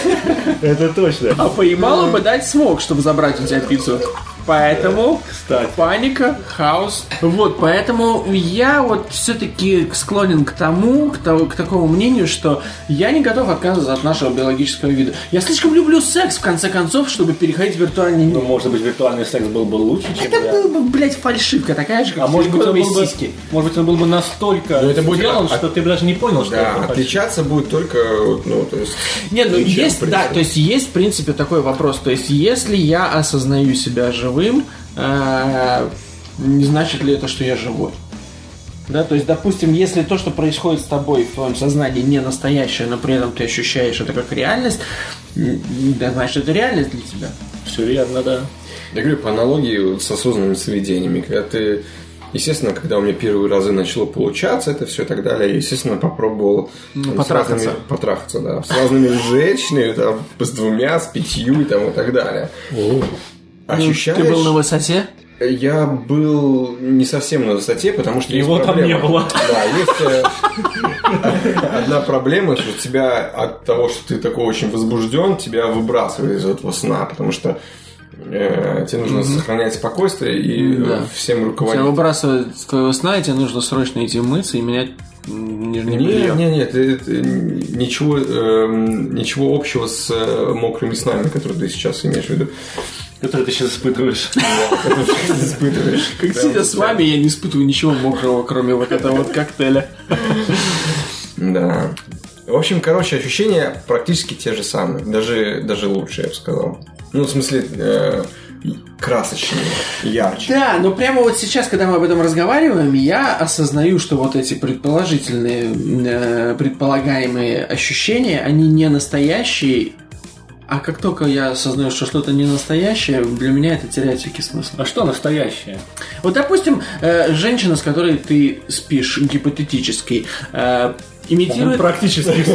Это точно. А поебало бы дать смог, чтобы забрать у тебя пиццу. Поэтому Кстати. паника, хаос. Вот, поэтому я вот все-таки склонен к тому, к, того- к такому мнению, что я не готов отказываться от нашего биологического вида. Я слишком люблю секс, в конце концов, чтобы переходить в виртуальный Ну, мир. может быть, виртуальный секс был бы лучше, чем Это я. было бы, блядь, фальшивка такая же, как Ну, А может быть, он силиконовые был бы, сиськи. может быть, он был бы настолько Ну, это будет- сделан, а- что ты бы даже не понял, что Да, это почти. отличаться будет только, вот, ну, то есть... Не, ну Ничем, в есть, принципе. да, то есть есть, в принципе, такой вопрос. То есть, если я осознаю себя живым, э, не значит ли это, что я живой? Да, то есть, допустим, если то, что происходит с тобой в твоем сознании, не настоящее, но при этом ты ощущаешь это как реальность, м, да, значит, это реальность для тебя. Все верно, да. Я говорю, по аналогии вот с осознанными сведениями, когда ты, естественно, когда у меня первые разы начало получаться это все и так далее, я, естественно, попробовал там, с Ну, потрахаться. разными- потрахаться, да, с разными женщинами, там, с двумя, с пятью и там, и так далее. Ощущаешь? Ты был Ну, на высоте? Я был не совсем на высоте, потому что есть Его там проблема. не было. Да, есть э, одна проблема, что тебя от того, что ты такой очень возбужден, тебя выбрасывает из этого сна, потому что э, тебе нужно сохранять спокойствие и э, Да. всем Тебя руководить. выбрасывают с твоего сна, и тебе нужно срочно идти мыться и менять м, нижнее Нет, белье. нет, нет, э, ничего, эм, ничего общего с э, мокрыми снами, которые ты сейчас имеешь в виду. Который ты сейчас испытываешь. которые ты испытываешь. Как сидя с вами, я не испытываю ничего мокрого, кроме вот этого вот коктейля. Да. В общем, короче, ощущения практически те же самые. Даже, даже лучше, я бы сказал. Ну, в смысле, э, красочнее, ярче. Да, но прямо вот сейчас, когда мы об этом разговариваем, я осознаю, что вот эти предположительные, э, предполагаемые ощущения, они не настоящие. А как только я осознаю, что что-то не настоящее, для меня это теряет всякий смысл. А что настоящее? Вот, допустим, э, женщина, с которой ты спишь, гипотетически, э, имитирует... Практически спит.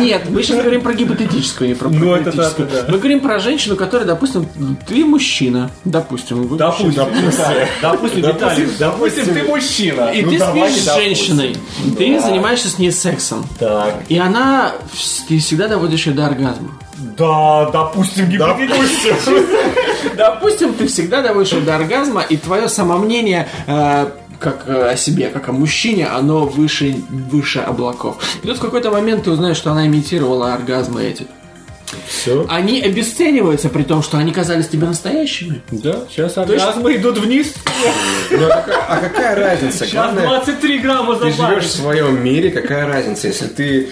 Нет, мы сейчас говорим про гипотетическую, не про Ну, это практическую. так, да. Мы говорим про женщину, которая, допустим, ты мужчина. Допустим, вы Допустим, мужчина. Виталий, допустим, Виталий, допустим, ты мужчина. И Ну, ты давай спишь не с допустим. женщиной. Ты занимаешься с ней сексом. Так. И она... вс- Ты всегда доводишь ее до оргазма. Да, допустим, гипотетически. Допустим, ты всегда доводишь ее до оргазма, и твое самомнение... э, как э, о себе, как о мужчине, оно выше, выше облаков. И тут в какой-то момент ты узнаешь, что она имитировала оргазмы эти. Все. Они обесцениваются, при том, что они казались тебе настоящими. Да, сейчас оргазмы идут вниз. а какая разница? Сейчас Главное, 23 грамма за ты живешь в своем мире, какая разница, если ты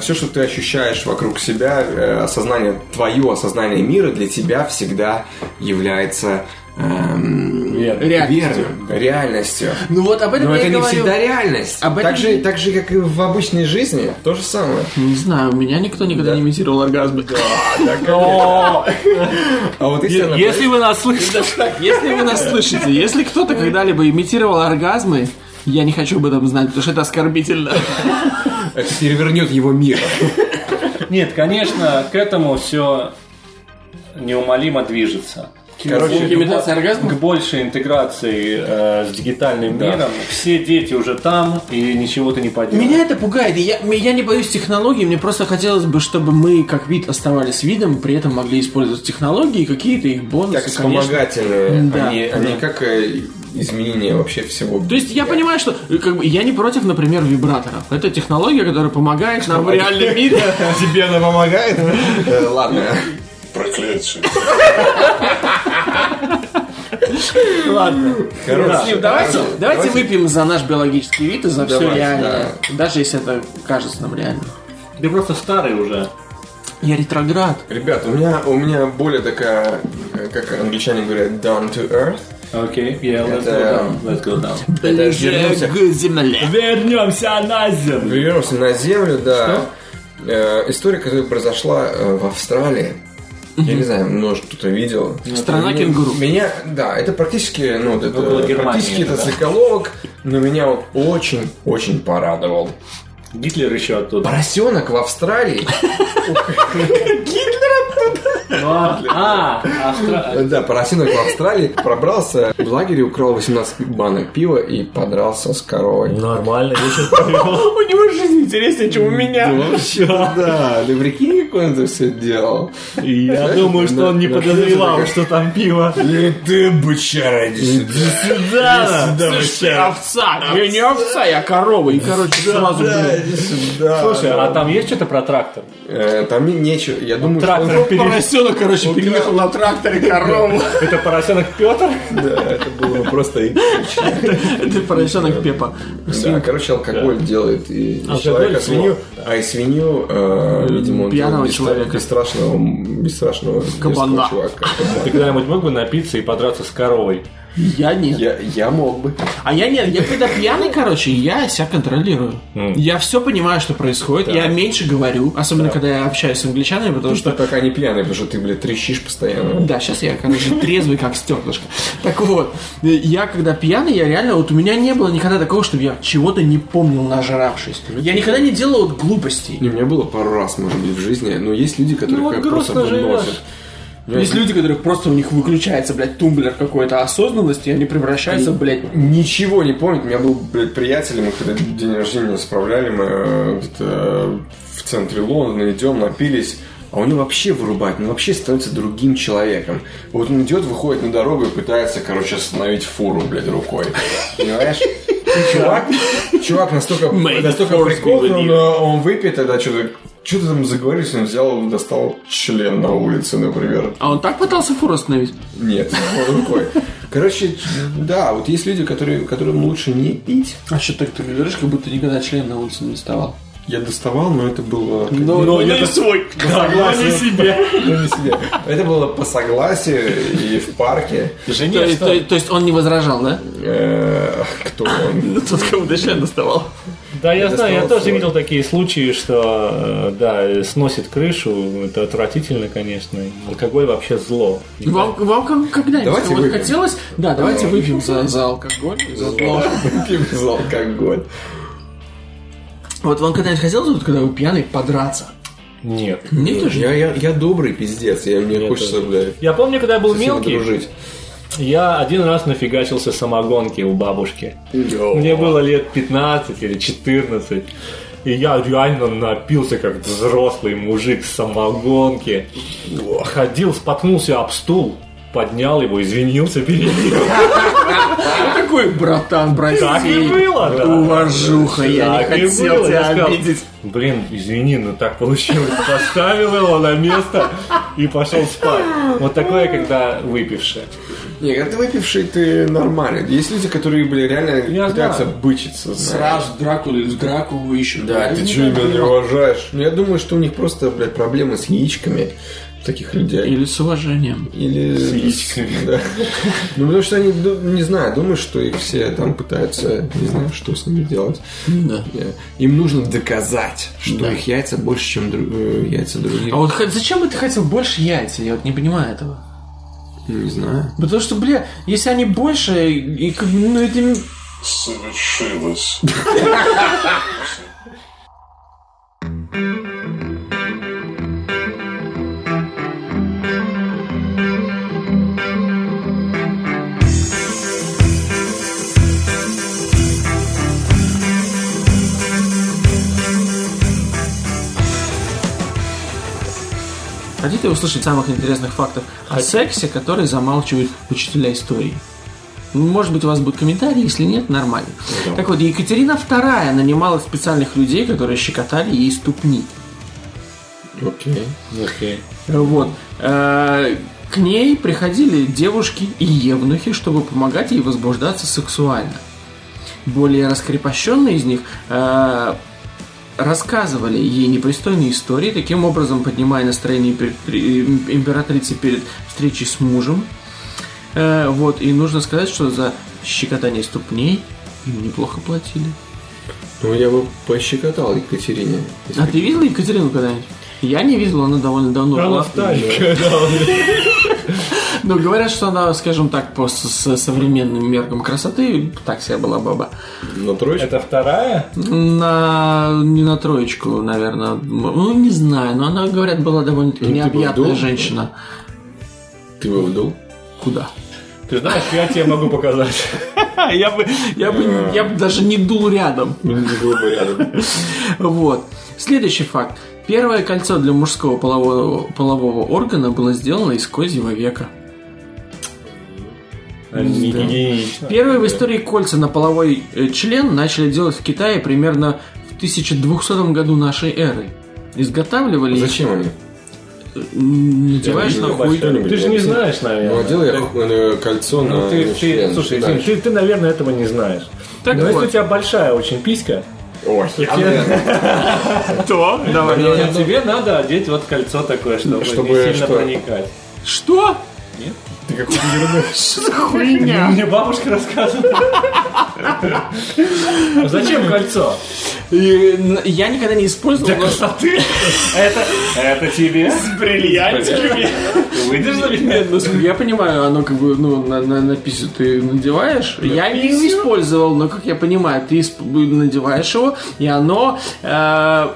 все, что ты ощущаешь вокруг себя, э, осознание, твое осознание мира для тебя всегда является эм, Верно. Реальностью. верным, реальностью. Ну вот об этом Но я это и не говорю. всегда реальность. Об этом- так, же, так же, как и в обычной жизни, то же самое. Не знаю, у меня никто никогда Да. не имитировал оргазмы. Ну, А вот если, она Если вы нас слышите, Если вы нас слышите, если кто-то когда-либо имитировал оргазмы, я не хочу об этом знать, потому что это оскорбительно. Это перевернет его мир. Нет, конечно, к этому все неумолимо движется. Короче, К имитация бо- оргазма? К большей интеграции э, с дигитальным Да. миром. Все дети уже там, и ничего ты не поделаешь. Меня это пугает, и я, я не боюсь технологий, мне просто хотелось бы, чтобы мы как вид оставались видом, при этом могли использовать технологии, какие-то их бонусы, Как конечно. вспомогательные, Да. они, Да. как э, изменение вообще всего. То есть я понимаю, что э, как бы, я не против, например, вибраторов. Это технология, которая помогает нам в реальном мире. Тебе она помогает? Э, Ладно. Проклятие. Короче, Давайте, давайте выпьем за наш биологический вид и за все Давайте, реальное. Даже если это кажется нам реальным. Ты просто старый уже. Я ретроград. Ребят, у меня, у меня более такая, э, как англичане говорят, down to earth. Окей, yeah, let's, Это- go down. let's go down. Ближе вернемся. к земле. Вернемся на землю. Вернемся на землю, да. Э, история, которая произошла э, в Австралии. Я не знаю, может кто-то видел. Страна Меня- кенгуру. Меня, да, это практически, ну, вот это, было Германия, практически это, это да. заголовок, но меня вот очень-очень порадовал. Гитлер еще оттуда. Поросенок в Австралии. А, Австра- Да, поросенок в Австралии пробрался в лагерь и украл 18 банок пива и подрался с Ну, коровой. Нормально, вечер провел. У него жизнь интереснее, чем у меня. вообще, да. Ты прикинь, как он это все делал. Я Знаешь, думаю, на- что он не на подозревал, Фрезере что там пиво. И ты, бычара, иди Да, Слушай, овца. Я не овца, я корова. И, короче, сразу... блин, сюда. Слушай, а там есть что-то про трактор? Э, Там и нечего. Я думаю, что он- Трактор пере- Поросенок, короче, переехал на тракторе корову. Это поросенок Петр? Да, это было просто... и- Это поросенок Пепа. Да, короче, алкоголь делает и не Алкоголь человека, а зло. свинью. А и свинью, э, видимо, он Пьяного делает бесстрашного- человека. Бесстрашного, бесстрашного детского Кабана. чувака. Ты когда-нибудь мог бы напиться и подраться с коровой? Я нет. Я, я мог бы. А я нет, я когда пьяный, короче, я себя контролирую. Я все понимаю, что происходит, я меньше говорю, особенно когда я общаюсь с англичанами, потому Ты Ну что... пока не пьяный, потому что ты, блядь, трещишь постоянно. Да, сейчас я, короче, трезвый, как стеклышко. Так вот, э, я когда пьяный, я реально, вот у меня не было никогда такого, чтобы я чего-то не помнил, нажравшись. Я никогда не делал вот глупостей. Не, у меня было пару раз, может быть, в жизни, но есть люди, которые вот как просто грустно живешь. выносят. Ну, Есть люди, которых просто у них выключается, блядь, тумблер какой-то осознанности, и они превращаются, блядь, Ничего не помнит. У меня был блядь, приятель, мы когда день рождения справляли, мы э, где-то в центре Лондона идем, напились. А он вообще вырубает, он вообще становится другим человеком. Вот он идет, выходит на дорогу и пытается, короче, остановить фуру, блядь, рукой. Понимаешь? И Чувак, чувак настолько, Made настолько force be прикол, with он, you. э, он выпьет тогда что-то, что-то там заговорились, он взял, достал член на улице, например. А он так пытался фуру остановить? Нет, он рукой. Короче, да, вот есть люди, которые, которым лучше не пить. А что так ты говоришь, как будто никогда член на улице не доставал? Я доставал, но это было... Ну, ну, и свой. согласен. Ну, не себе. Это было по согласию и в парке. То, есть- то есть- то есть он не возражал, да? Э, Кто Ну, он? Тот, кому ты член доставал. Да, я знаю, я доставал тоже свой. видел такие случаи, что, э, да, сносит крышу, это отвратительно, конечно. Алкоголь вообще зло. Вам, вам как- когда-нибудь Давайте вот выпьем. хотелось? Да, давайте выпьем за, за алкоголь. За зло. Пив за алкоголь. Вот вам когда-нибудь хотелось, вот, когда вы пьяный, подраться? Нет. Мне тоже. Я, я, я добрый пиздец, я, мне хочется, блядь, Я помню, когда я был с ним мелкий, дружить. я один раз нафигачился самогонки у бабушки. Мне было лет 15 или 14. И я реально напился, как взрослый мужик с самогонки. Ходил, споткнулся об стул, поднял его, извинился перед ним. Такой, братан, Так и братан. было, да. Уважуха, Ну, я не Так и хотел было, я тебя сказал, обидеть. Блин, извини, но так получилось. Поставил его на место и пошел спать. Вот такое, когда выпивший. Не, когда ты выпивший, ты нормально. Есть люди, которые, блядь, реально Я пытаются знаю. бычиться. знаешь. Сразу Дракулу из Дракулу ищут. Да, ты что, меня не уважаешь? Ну, я думаю, что у них просто, блядь, проблемы с яичками таких людей. Или с уважением. Или... С яичками. Да. Ну, потому что они, ду- не знаю, думают, что их все там пытаются, не знаю, что с ними делать. Да. Э, Им нужно доказать, что Да. их яйца больше, чем дру- э, яйца других. А вот х- зачем бы ты хотел больше яйца? Я вот не понимаю этого. Не знаю. Потому что, бля, если они больше, и, как бы, ну это... м- Совершилось. Хотите услышать самых интересных фактов о сексе, которые замалчивают учителя истории? Ну, Может быть, у вас будут комментарии, если нет, нормально. Так вот, Екатерина II нанимала специальных людей, которые щекотали ей ступни. Окей. Окей. Вот. Э, К ней приходили девушки и евнухи, чтобы помогать ей возбуждаться сексуально. Более раскрепощенные из них э, рассказывали ей непристойные истории, таким образом поднимая настроение пер- при- им- императрицы перед встречей с мужем. Э, Вот, и нужно сказать, что за щекотание ступней им неплохо платили. Ну, я бы пощекотал Екатерине. если А ты видела Екатерину когда-нибудь? Я не видела, она довольно давно Она была. старенькая. Ну, говорят, что она, скажем так, по с- с- современным меркам красоты, так себя была баба. На троечку. Это вторая? На, не на троечку, наверное. Ну, не знаю, но она, говорят, была довольно-таки Ну, ты был необъятная долго? женщина. Ты его вдул? Куда? Ты знаешь, я тебе могу показать. А, я бы, я бы, я бы даже не дул рядом. Грубо рядом. Вот. Следующий факт. Первое кольцо для мужского полового, полового органа было сделано из козьего века. Не- не- не- Первые в истории кольца на половой э, член начали делать в Китае примерно в 1200 году нашей эры. Изготавливали... их, Ну, Зачем они? э, Надеваешь на хуй. Что-нибудь Ты же не объясни. знаешь, наверное. Ну, одел я ху- э, кольцо Ну, на ты, ты- член. слушай, Да. Тим, ты, ты, наверное, этого не знаешь. Так Но если вот. у тебя большая очень писька, Ой, Андрей, Что? Давай. Ну, Тебе надо одеть вот кольцо такое, чтобы, Чтобы не сильно что? проникать. Что? ты какую-то ерунду. Что за хуйня? Мне бабушка рассказывала. Зачем кольцо? И, н- Я никогда не использовал. но- красоты. Это, это тебе. С бриллиантиками. Выйдешь за меня? Нет, ну, смотри, я понимаю, оно как бы, ну, на, на, на писю ты надеваешь. я не использовал, но, как я понимаю, ты исп- надеваешь его, и оно, э,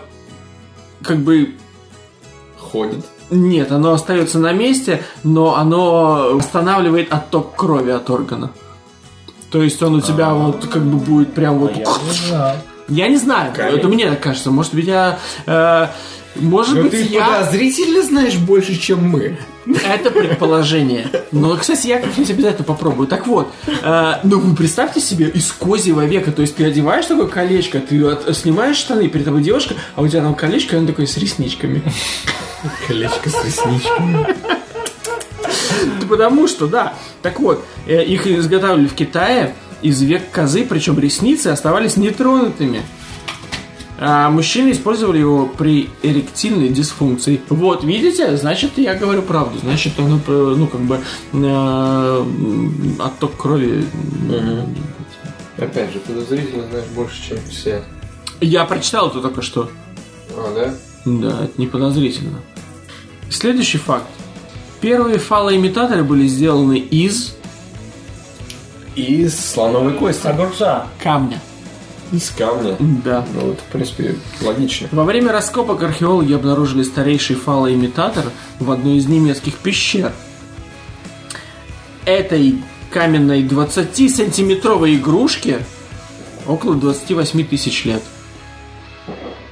как бы, Ходит. нет, оно остается на месте, но оно останавливает отток крови от органа. То есть он у А. тебя вот как бы будет прям вот... Я не знаю, это мне так кажется. Может быть, я... э, может Ну быть, ты я... подозрительно знаешь больше, чем мы. Это предположение. Но, кстати, я как-нибудь обязательно попробую. Так вот, э, ну вы представьте себе, из козьего века, то есть ты одеваешь такое колечко, ты от- снимаешь штаны, перед тобой девушка, а у тебя там колечко, и оно такое с ресничками. Колечко с ресничками. Потому что, да. Так вот, э, их изготавливали в Китае из век козы, причем ресницы оставались нетронутыми. А мужчины использовали его при эректильной дисфункции. Вот, видите? Значит, я говорю правду. Значит, оно, э, ну, как бы, э, отток крови... Опять же, подозрительно знаешь больше, чем все. Я прочитал это только что. А, да? Да, это не подозрительно. Следующий факт. Первые фалоимитаторы были сделаны из Из слоновой кости. огурца. камня. Из камня. Да. Ну, вот, в принципе, логично. Во время раскопок археологи обнаружили старейший фалоимитатор в одной из немецких пещер. Этой каменной 20-сантиметровой игрушке около 28 тысяч лет.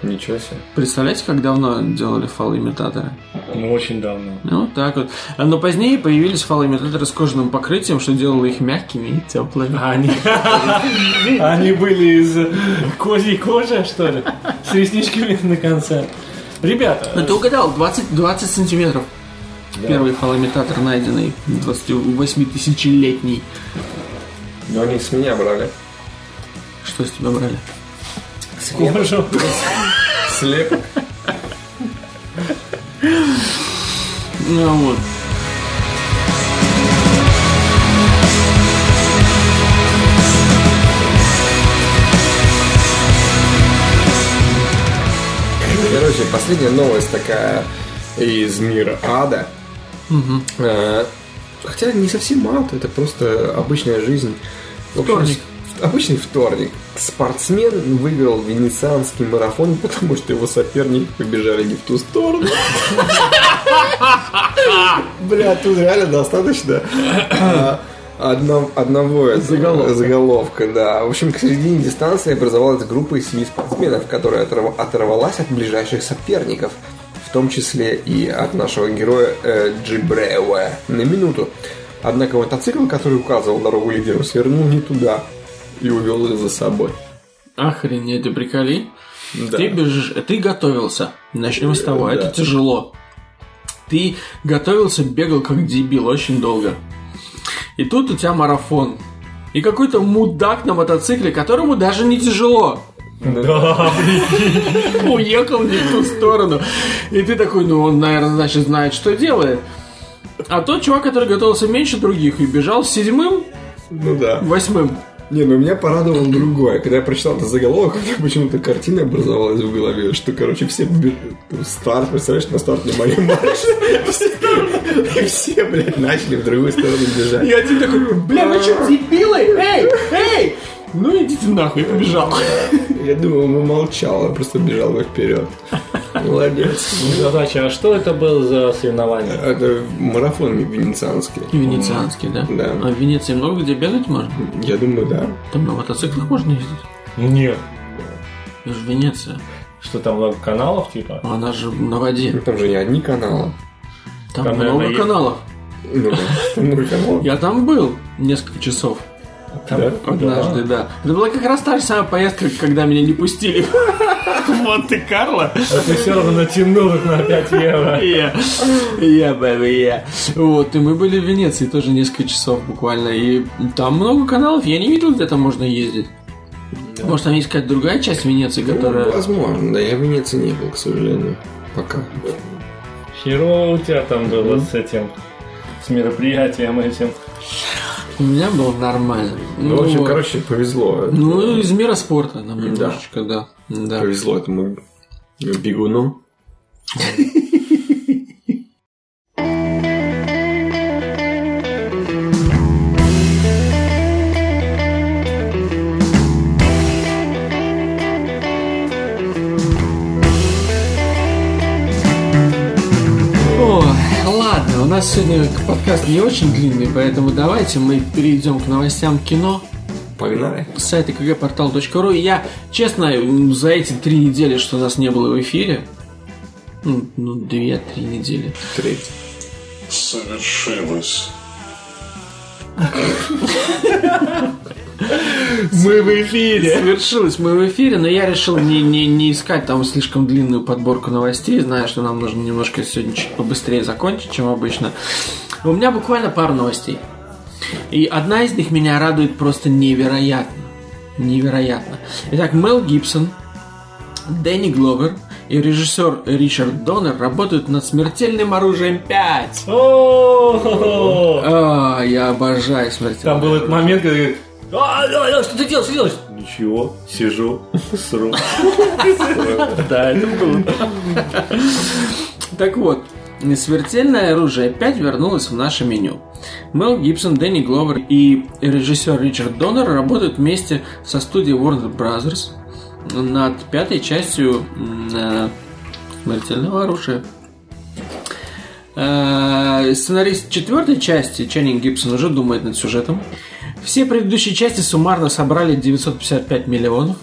Ничего себе. Представляете, как давно делали фалоимитаторы? Ну, очень давно. Ну, вот так вот. Но позднее появились фалоимитаторы с кожаным покрытием, что делало их мягкими и теплыми. А Они, они были из козьей кожи, что ли? С ресничками на конце. Но Ребята, Ну, ты угадал, 20, 20 сантиметров. Первый фалоимитатор найденный, 28-тысячелетний. Но они с меня брали. Что с тебя брали? кожу. Слеп. Ну вот. Короче, последняя новость такая из мира ада. Э, Хотя не совсем ад, это просто обычная жизнь. В общем, Вторник. с- Обычный вторник. Спортсмен выиграл венецианский марафон, потому что его соперники побежали не в ту сторону. Бля, тут реально достаточно а, одно- одного этого- Заголовка. заголовка, да. В общем, к середине дистанции образовалась группа из семи спортсменов, которая оторв- оторвалась от ближайших соперников, в том числе и от нашего героя э, Джибреуэ на минуту. Однако мотоцикл, который указывал дорогу лидеру, свернул не туда и увел их за собой. Охренеть, ты приколи. Да. Э, Ты бежишь, ты готовился. Начнем с того, Да. это тяжело. Ты готовился, бегал как дебил очень долго. И тут у тебя марафон. И какой-то мудак на мотоцикле, которому даже не тяжело. Да, Уехал не в ту сторону. И ты такой, ну он, наверное, значит, знает, что делает. А тот чувак, который готовился меньше других и бежал седьмым, Ну да. восьмым. Не, ну меня порадовало другое. Когда я прочитал этот заголовок, у меня почему-то картина образовалась в голове, что, короче, все б- старт, представляешь, на стартной Мари марш. Все- И все, блядь, начали в другую сторону бежать. И один такой, бля, вы что, дебилы? Эй, эй! Ну идите нахуй, и побежал. Я думал, он молчал, а просто бежал бы вперед. Молодец. Задача, а что это было за соревнование? Это марафон венецианский. Венецианский, да? Да. А в Венеции много где бегать можно? Я думаю, да. Там на мотоциклах можно ездить? Ну, Нет. Это же Венеция. Что там много каналов, типа? Она же на воде. Ну, Там же не одни каналы. Там, Там, наверное, много есть. каналов. Ну, да. Там много каналов. Я там был несколько часов Да? однажды, да. Это была как раз та же самая поездка, когда меня не пустили в Монте-Карло. А Ты все равно натянул их на 5 евро. Я, я, baby, я. Вот, и мы были в Венеции тоже несколько часов буквально. И там много каналов, я не видел, где там можно ездить. Может, там есть какая-то другая часть Венеции, Ну, которая... Возможно, да. Я в Венеции не был, к сожалению. Пока. Ну, Херово у тебя там было с этим, с мероприятием этим. У меня было нормально. Ну, в общем, вот. короче, повезло. Ну, из мира спорта нам Да. немножечко, да. Да. Повезло этому бегуну. Ой, ладно, у нас сегодня подкаст не очень длинный, поэтому давайте мы перейдем к новостям кино. Погнали. С сайта kgportal.ru. И Я, честно, м, за эти три недели, что нас не было в эфире, ну, ну, две-три недели, Треть. совершилось. Мы в эфире. Совершилось, мы в эфире, но я решил не, не, не искать там слишком длинную подборку новостей, зная, что нам нужно немножко сегодня чуть побыстрее закончить, чем обычно. У меня буквально пару новостей. И одна из них меня радует просто невероятно. Невероятно. Итак, Мел Гибсон, Дэнни Гловер и режиссер Ричард Доннер работают над «Смертельным оружием 5». О, А, я обожаю «Смертельное Там был этот момент, когда говорит, «А, а, а, что ты делаешь, что ты делаешь? Ничего, сижу, сру. Да, это было. Так вот, «Смертельное оружие 5» вернулось в наше меню. Мел Гибсон, Дэнни Гловер и режиссер Ричард Доннер работают вместе со студией Warner Brothers над пятой частью м, э, «Смертельного оружия». Э, Сценарист четвертой части Ченнинг Гибсон уже думает над сюжетом. Все предыдущие части суммарно собрали 955 миллионов.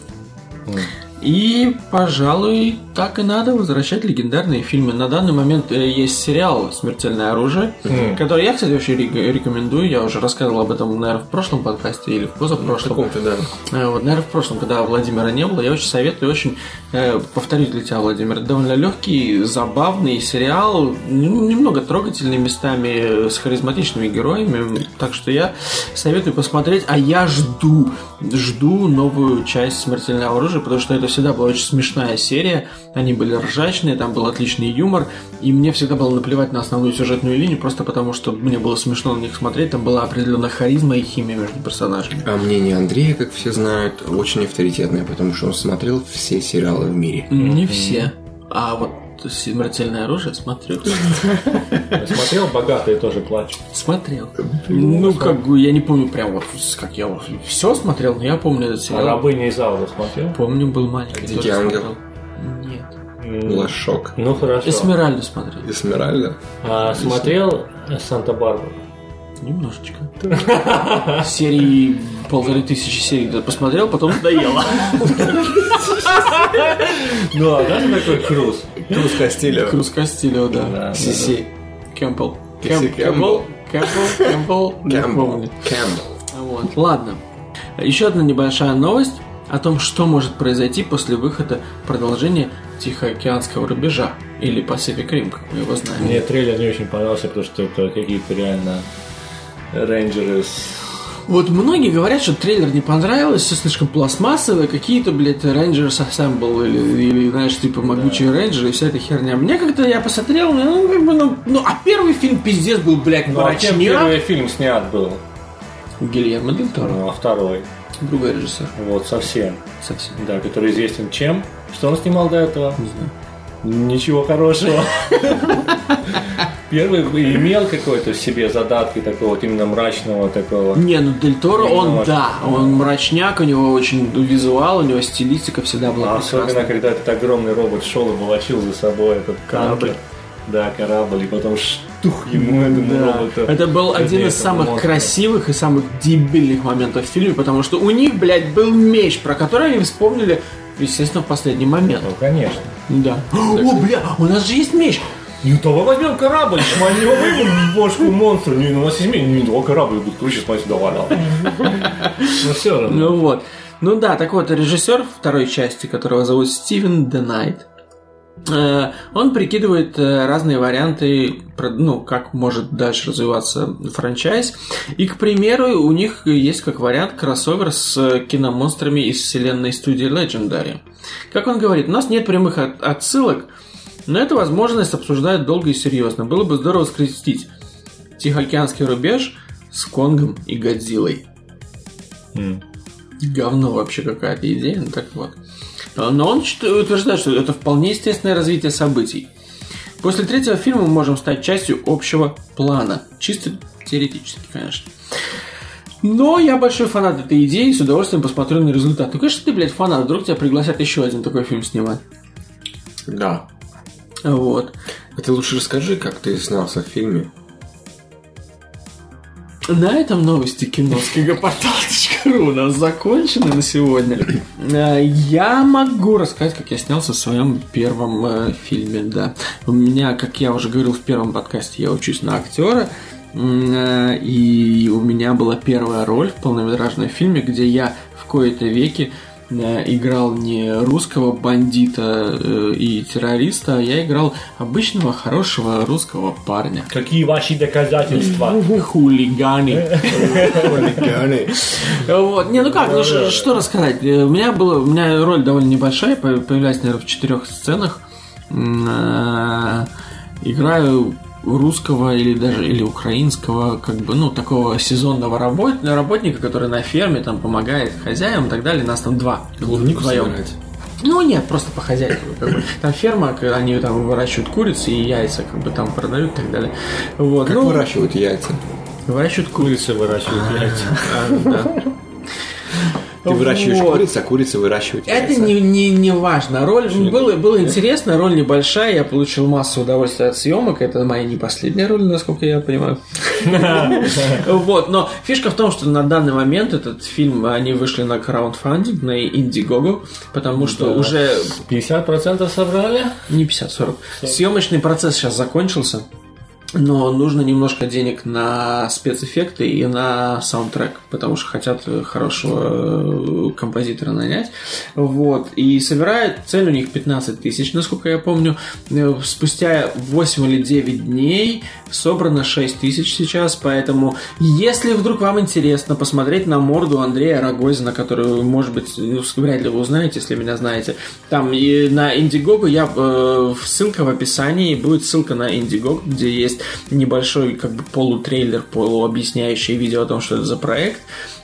И, пожалуй, так и надо возвращать легендарные фильмы. На данный момент э, есть сериал «Смертельное оружие», который я, кстати, очень ре- рекомендую. Я уже рассказывал об этом, наверное, в прошлом подкасте или в позапрошлом. Каком-то, да. Э, Вот, наверное, в прошлом, когда Владимира не было, я очень советую, очень э, повторюсь для тебя, Владимир, довольно легкий, забавный сериал, н- немного трогательный местами, э, с харизматичными героями, так что я советую посмотреть, а я жду, жду новую часть «Смертельного оружия», потому что это всегда была очень смешная серия, они были ржачные, там был отличный юмор, и мне всегда было наплевать на основную сюжетную линию, просто потому что мне было смешно на них смотреть, там была определенная харизма и химия между персонажами. А мнение Андрея, как все знают, очень авторитетное, потому что он смотрел все сериалы в мире. Не все. А вот «Смертельное оружие» смотрю. Смотрел, богатые тоже плачут. Смотрел. Ну, как бы, я не помню прям вот, как я все смотрел, но я помню этот А сериал. рабыня Изаура смотрел? Помню, был маленький. «Дикий тоже ангел». смотрел. Нет. Лошок. Ну хорошо. «Эсмеральду» смотрел. Эсмеральда. А смотрел Санта-Барбару? Немножечко. Серии полторы тысячи серий да, посмотрел, потом надоело. Ну а даже такой Круз. Круз Костелева. Круз Костилео, Да, да. Сиси. Кэмпбелл. Сиси Кэмп- Кэмпбелл. Кэмпбелл. Кэмпбелл. Не помню. Кэмпбелл. Кэмпбелл. Вот, ладно. Еще одна небольшая новость о том, что может произойти после выхода продолжения Тихоокеанского рубежа или Pacific Rim, как мы его знаем. Мне трейлер не очень понравился, потому что это какие-то реально рейнджеры с... Вот многие говорят, что трейлер не понравился, все слишком пластмассовое, какие-то, блядь, Rangers Assemble или, или, знаешь, типа могучие рейнджеры и вся эта херня. Мне как-то, я посмотрел, ну, как бы, ну, ну, а первый фильм пиздец был, блядь, Ну а чем мрачняк. первый фильм снят был? Гильермо Дель Торо. Ну а второй? Другой режиссер. Вот, совсем. Совсем. Да, который известен чем? Что он снимал до этого? Не знаю. Ничего хорошего. Первый имел какой-то в себе задатки такого вот именно мрачного такого. Не, ну Дель Торо, Не он, важно. да, он мрачняк, у него очень визуал, у него стилистика всегда была А, Особенно, прекрасна. когда этот огромный робот шел и волочил за собой этот корабль. Да, корабль, и потом штух ему этому Ну Да. роботу. Это был Вернее, один из этому самых монстру. красивых и самых дебильных моментов в фильме, потому что у них, блядь, был меч, про который они вспомнили, естественно, в последний момент. Ну, конечно. Да. О, бля, у нас же есть меч! Ну, давай возьмем корабль, шманем ему в бошку монстру. Не, ну, у нас есть мень. Не, давай корабль будет круче, смотри, давай, давай. Ну, все равно. Ну вот. Ну да, так вот, режиссер второй части, которого зовут Стивен Денайт, э, он прикидывает э, разные варианты, про- ну, как может дальше развиваться франчайз. И, к примеру, у них есть как вариант кроссовер с э, киномонстрами из вселенной студии Legendary. Как он говорит, у нас нет прямых от- отсылок, но эту возможность обсуждают долго и серьезно. Было бы здорово скрестить Тихоокеанский рубеж с Конгом и Годзиллой. Говно вообще какая-то идея, ну так вот. А, Но он чт- утверждает, что это вполне естественное развитие событий. После третьего фильма мы можем стать частью общего плана. Чисто теоретически, конечно. Но я большой фанат этой идеи и с удовольствием посмотрю на результат. Ну, конечно, ты, блядь, фанат, вдруг тебя пригласят еще один такой фильм снимать. Да. Вот. А ты лучше расскажи, как ты снялся в фильме. На этом новости кино с kgportal.ru у нас закончены на сегодня. Э, Я могу рассказать, как я снялся в своем первом э, фильме, да. У меня, как я уже говорил в первом подкасте, я учусь на актера. М, э, И у меня была первая роль в полнометражном фильме, где я в кои-то веки э, играл не русского бандита э, и террориста, а я играл обычного хорошего русского парня. Какие ваши доказательства? Хулиганы. Хулиганы. Вот. Не, ну как, ну ш- что рассказать? Э, У меня было, у меня роль довольно небольшая, по- появляюсь, наверное, в четырех сценах. М, э, Играю русского или даже или украинского, как бы, ну, такого сезонного работ- работника, который на ферме там помогает хозяевам и так далее. Нас там два. Клубнику Вдвоем. собирать. Ну нет, просто по хозяйству. Как бы. Там ферма, к- они там выращивают курицы и яйца, как бы там продают и так далее. Вот. Как ну, выращивают яйца? выращивают курицы. Курицы выращивают яйца. Ты выращиваешь Вот. куриц, а курицы выращивают яйца. Это не, не, не важно. Роль было, было интересно, роль небольшая, я получил массу удовольствия от съемок. Это моя не последняя роль, насколько я понимаю. Вот, но фишка в том, что на данный момент этот фильм они вышли на краундфандинг, на Indiegogo, потому что уже 50% собрали? не 50-40. Съемочный процесс сейчас закончился, но нужно немножко денег на спецэффекты и на саундтрек, потому что хотят э, хорошего э, композитора нанять. Вот. И собирают, цель у них 15 тысяч, насколько я помню. Э, Спустя 8 или 9 дней собрано 6 тысяч сейчас, поэтому если вдруг вам интересно посмотреть на морду Андрея Рогозина, которую, может быть, ну, вряд ли вы узнаете, если меня знаете, там и на Indiegogo я э, в- ссылка в описании, будет ссылка на Indiegogo, где есть небольшой как бы полутрейлер, полуобъясняющий видео о том, что это за проект.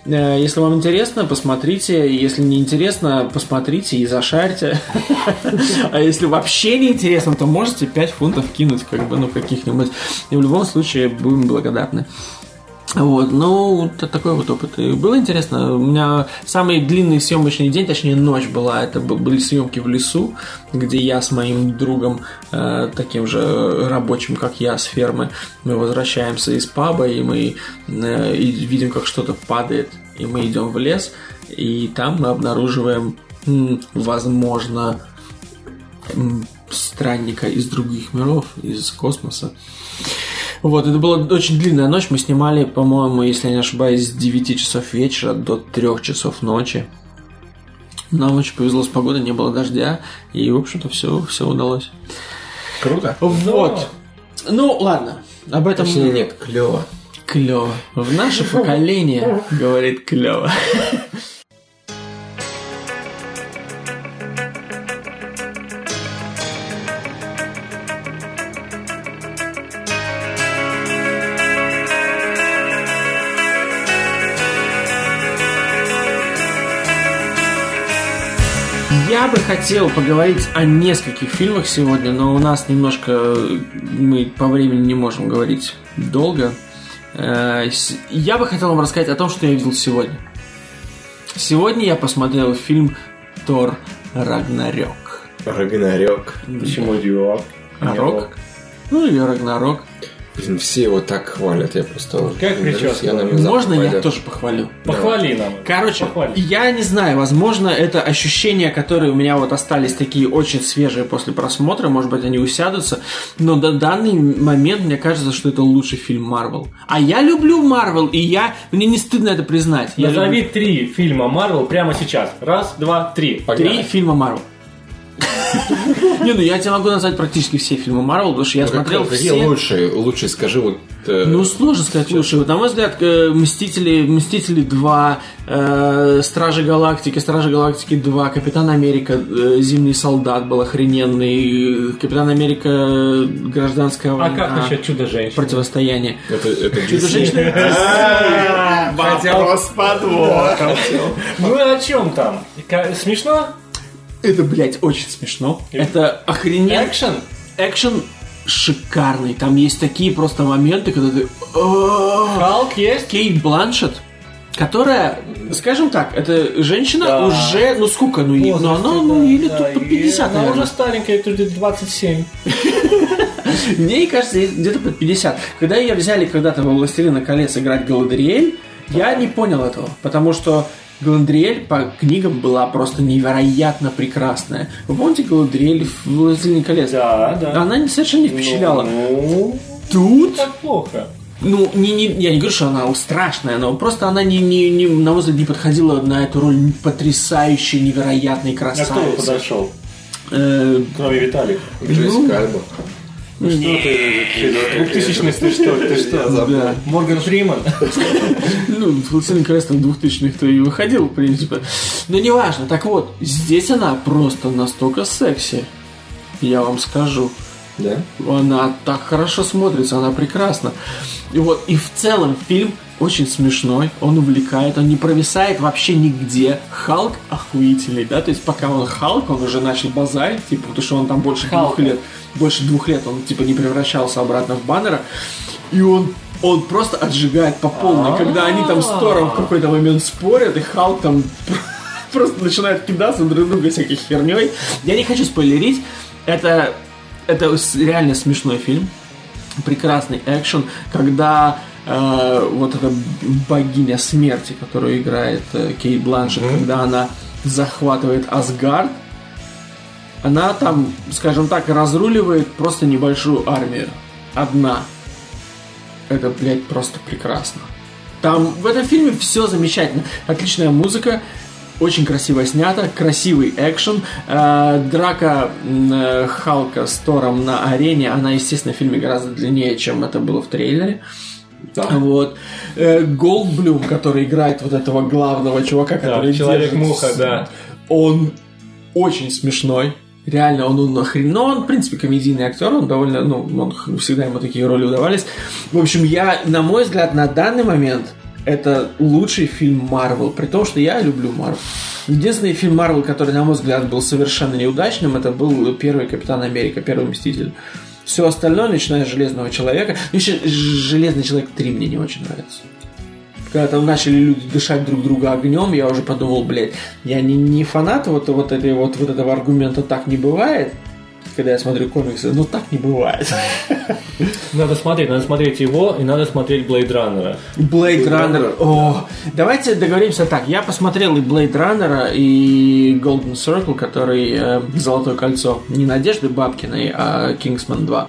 Э, Если вам интересно, посмотрите. Если не интересно, посмотрите и зашарьте. А если вообще не интересно, то можете 5 фунтов кинуть, как бы, ну, каких-нибудь. И в любом случае будем благодарны. Вот, ну, т- такой вот опыт. И было интересно. У меня самый длинный съемочный день, точнее, ночь была. Это б- были съемки в лесу, где я с моим другом, э, таким же рабочим, как я, с фермы, мы возвращаемся из паба, и мы э, и видим, как что-то падает, и мы идем в лес, и там мы обнаруживаем, м, возможно, м, странника из других миров, из космоса. Вот, это была очень длинная ночь. Мы снимали, по-моему, если я не ошибаюсь, с 9 часов вечера до 3 часов ночи. Нам очень повезло с погодой, не было дождя, и, в общем-то, все, все удалось. Круто. Вот. Ну, ладно, об этом Точнее, нет, клево. клево. В наше поколение, говорит, клево. Thank Я бы хотел поговорить о нескольких фильмах сегодня, но у нас немножко э, мы по времени не можем говорить долго. Э, с- Я бы хотел вам рассказать о том, что я видел сегодня. Сегодня я посмотрел фильм Тор Рагнарёк. Рагнарёк. Почему Дио? А, Рок? Ну или Рагнарёк. Блин, все его так хвалят, я просто... Как прическа? Я на внезапно Можно я пойду. тоже похвалю? Похвали нам. Короче, Похвалим. я не знаю, возможно, это ощущения, которые у меня вот остались такие очень свежие после просмотра, может быть, они усядутся, но на данный момент мне кажется, что это лучший фильм Марвел. А я люблю Марвел, и я... Мне не стыдно это признать. Я Назови люблю три фильма Марвел прямо сейчас. Раз, два, три. три фильма Марвел. Не, ну я тебе могу назвать практически все фильмы Марвел, потому что я Ну, как- смотрел какие все. лучшие? Лучше скажи вот... э, Ну, сложно сказать лучше. Вот, на мой взгляд, э, Мстители, Мстители 2, э, Стражи Галактики, Стражи Галактики 2, Капитан Америка, э, Зимний солдат был охрененный, э, Капитан Америка, э, Гражданская А война. как насчет Чудо-женщин? Противостояние. Это, это Чудо-женщина. Ну и о чем там? Ка- Смешно? Это, блядь, очень смешно. Это охрененно. Экшен? Экшен шикарный. Там есть такие просто моменты, когда ты... «Ааа». Халк есть? Кейт Бланшет, которая, скажем так, это женщина Да. уже, ну сколько, ну, ей- ну, Возрасте, да, она, ну или да, тут под и 50, Она наверное. уже старенькая, тут где-то 27. Мне кажется, ей где-то под 50. Когда ее взяли когда-то во «Властелина колец» играть Галадриэль, я не понял этого, потому что Галадриэль по книгам была просто невероятно прекрасная. Вы помните Галадриэль в «Властелине колец»? Да, да. Она не- совершенно не впечатляла. Ну, Тут так плохо. Ну, не, не, я не говорю, что она страшная, но просто она, не, не, не, на мой взгляд, не подходила на эту роль потрясающей, невероятной А кто его красавицы. подошел? Э, Кроме Виталика. Ну. Джессика Альба. Двухтысячный ты что? Ты что? да. Морган Фриман? Ну, «Властелин колец» там 2000-х-то и выходил, в принципе. Но неважно. Так вот, здесь она просто настолько секси. Я вам скажу. Да? Она так хорошо смотрится, она прекрасна. И вот, и в целом фильм очень смешной, он увлекает, он не провисает вообще нигде. Халк охуительный, да, то есть пока он Халк, он уже начал базарить, типа, потому что он там больше двух лет, больше двух лет он, типа, не превращался обратно в баннера, и он он просто отжигает по полной, когда они там с Тором в какой-то момент спорят, и Халк там просто начинает кидаться друг друга всякой херней. Я не хочу спойлерить, это это с- реально смешной фильм, прекрасный экшен, когда э, вот эта богиня смерти, которую играет э, Кейт Бланшет, когда она захватывает Асгард, она там, скажем так, разруливает просто небольшую армию. Одна. Это, блядь, просто прекрасно. Там в этом фильме все замечательно. Отличная музыка, очень красиво снято, красивый экшен. Э, драка м, э, Халка с Тором на арене, она, естественно, в фильме гораздо длиннее, чем это было в трейлере. Вот. Э, Голдблюм, который играет вот этого главного чувака, который Человек-муха, держит с- да. Он очень смешной. Реально, он, он охрен... Но он, в принципе, комедийный актер, он довольно, ну, он х- всегда ему такие роли удавались. В общем, я, на мой взгляд, на данный момент это лучший фильм Марвел, при том, что я люблю Марвел. Единственный фильм Марвел, который, на мой взгляд, был совершенно неудачным, это был первый Капитан Америка, первый Мститель. Все остальное, начиная с Железного Человека. Ну, еще Ж- Железный Человек 3 мне не очень нравится. Когда там начали люди дышать друг друга огнем, я уже подумал, блядь, я не, не фанат вот, вот, этой, вот, вот этого аргумента «так не бывает», когда я смотрю комиксы, ну так не бывает. Надо смотреть, надо смотреть его и надо смотреть Блейд Раннера. Blade Runner, о, давайте договоримся так, я посмотрел и Blade Runner, и Golden Circle, который э, «Золотое кольцо», не Надежды Бабкиной, а «Kingsman 2».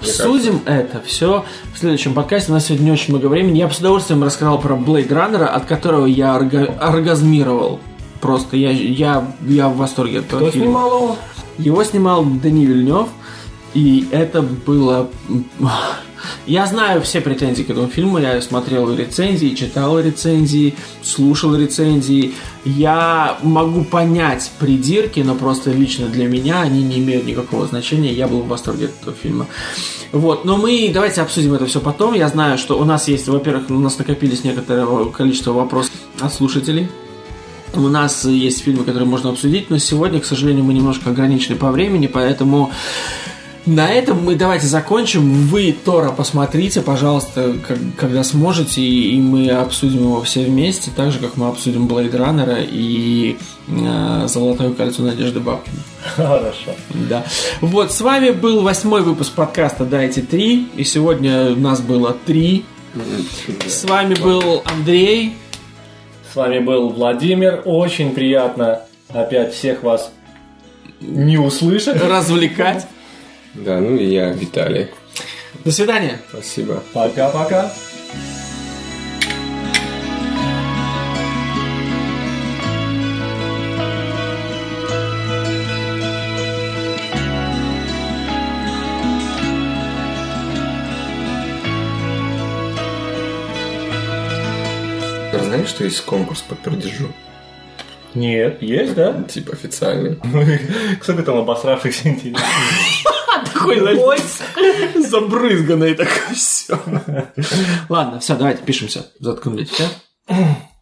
Судим это все в следующем подкасте. У нас сегодня не очень много времени. Я бы с удовольствием рассказал про Blade Runner, от которого я орга- оргазмировал. Просто я, я, я в восторге от этого Кто фильма. снимал его? Его снимал Дани Вильнев, и это было... Я знаю все претензии к этому фильму, я смотрел рецензии, читал рецензии, слушал рецензии. Я могу понять придирки, но просто лично для меня они не имеют никакого значения, я был в восторге от этого фильма. Вот, но мы давайте обсудим это все потом. Я знаю, что у нас есть, во-первых, у нас накопились некоторое количество вопросов от слушателей. У нас есть фильмы, которые можно обсудить, но сегодня, к сожалению, мы немножко ограничены по времени, поэтому на этом мы давайте закончим. Вы Тора посмотрите, пожалуйста, как- когда сможете, и, и мы обсудим его все вместе, так же, как мы обсудим Блейд Раннера и э, Золотое кольцо Надежды Бабкина. Хорошо. Да. Вот, с вами был восьмой выпуск подкаста «Дайте три», и сегодня нас было три. С вами был Андрей. С вами был Владимир. Очень приятно опять всех вас не услышать. Развлекать. Да, ну и я, Виталий. До свидания. Спасибо. Пока-пока. Ты знаешь, что есть конкурс по пердежу? Нет, есть, да? Типа официальный. Сколько там обосравшихся интересно? Забрызганный такой все. Ладно, все, давайте пишемся. Заткнулись, все?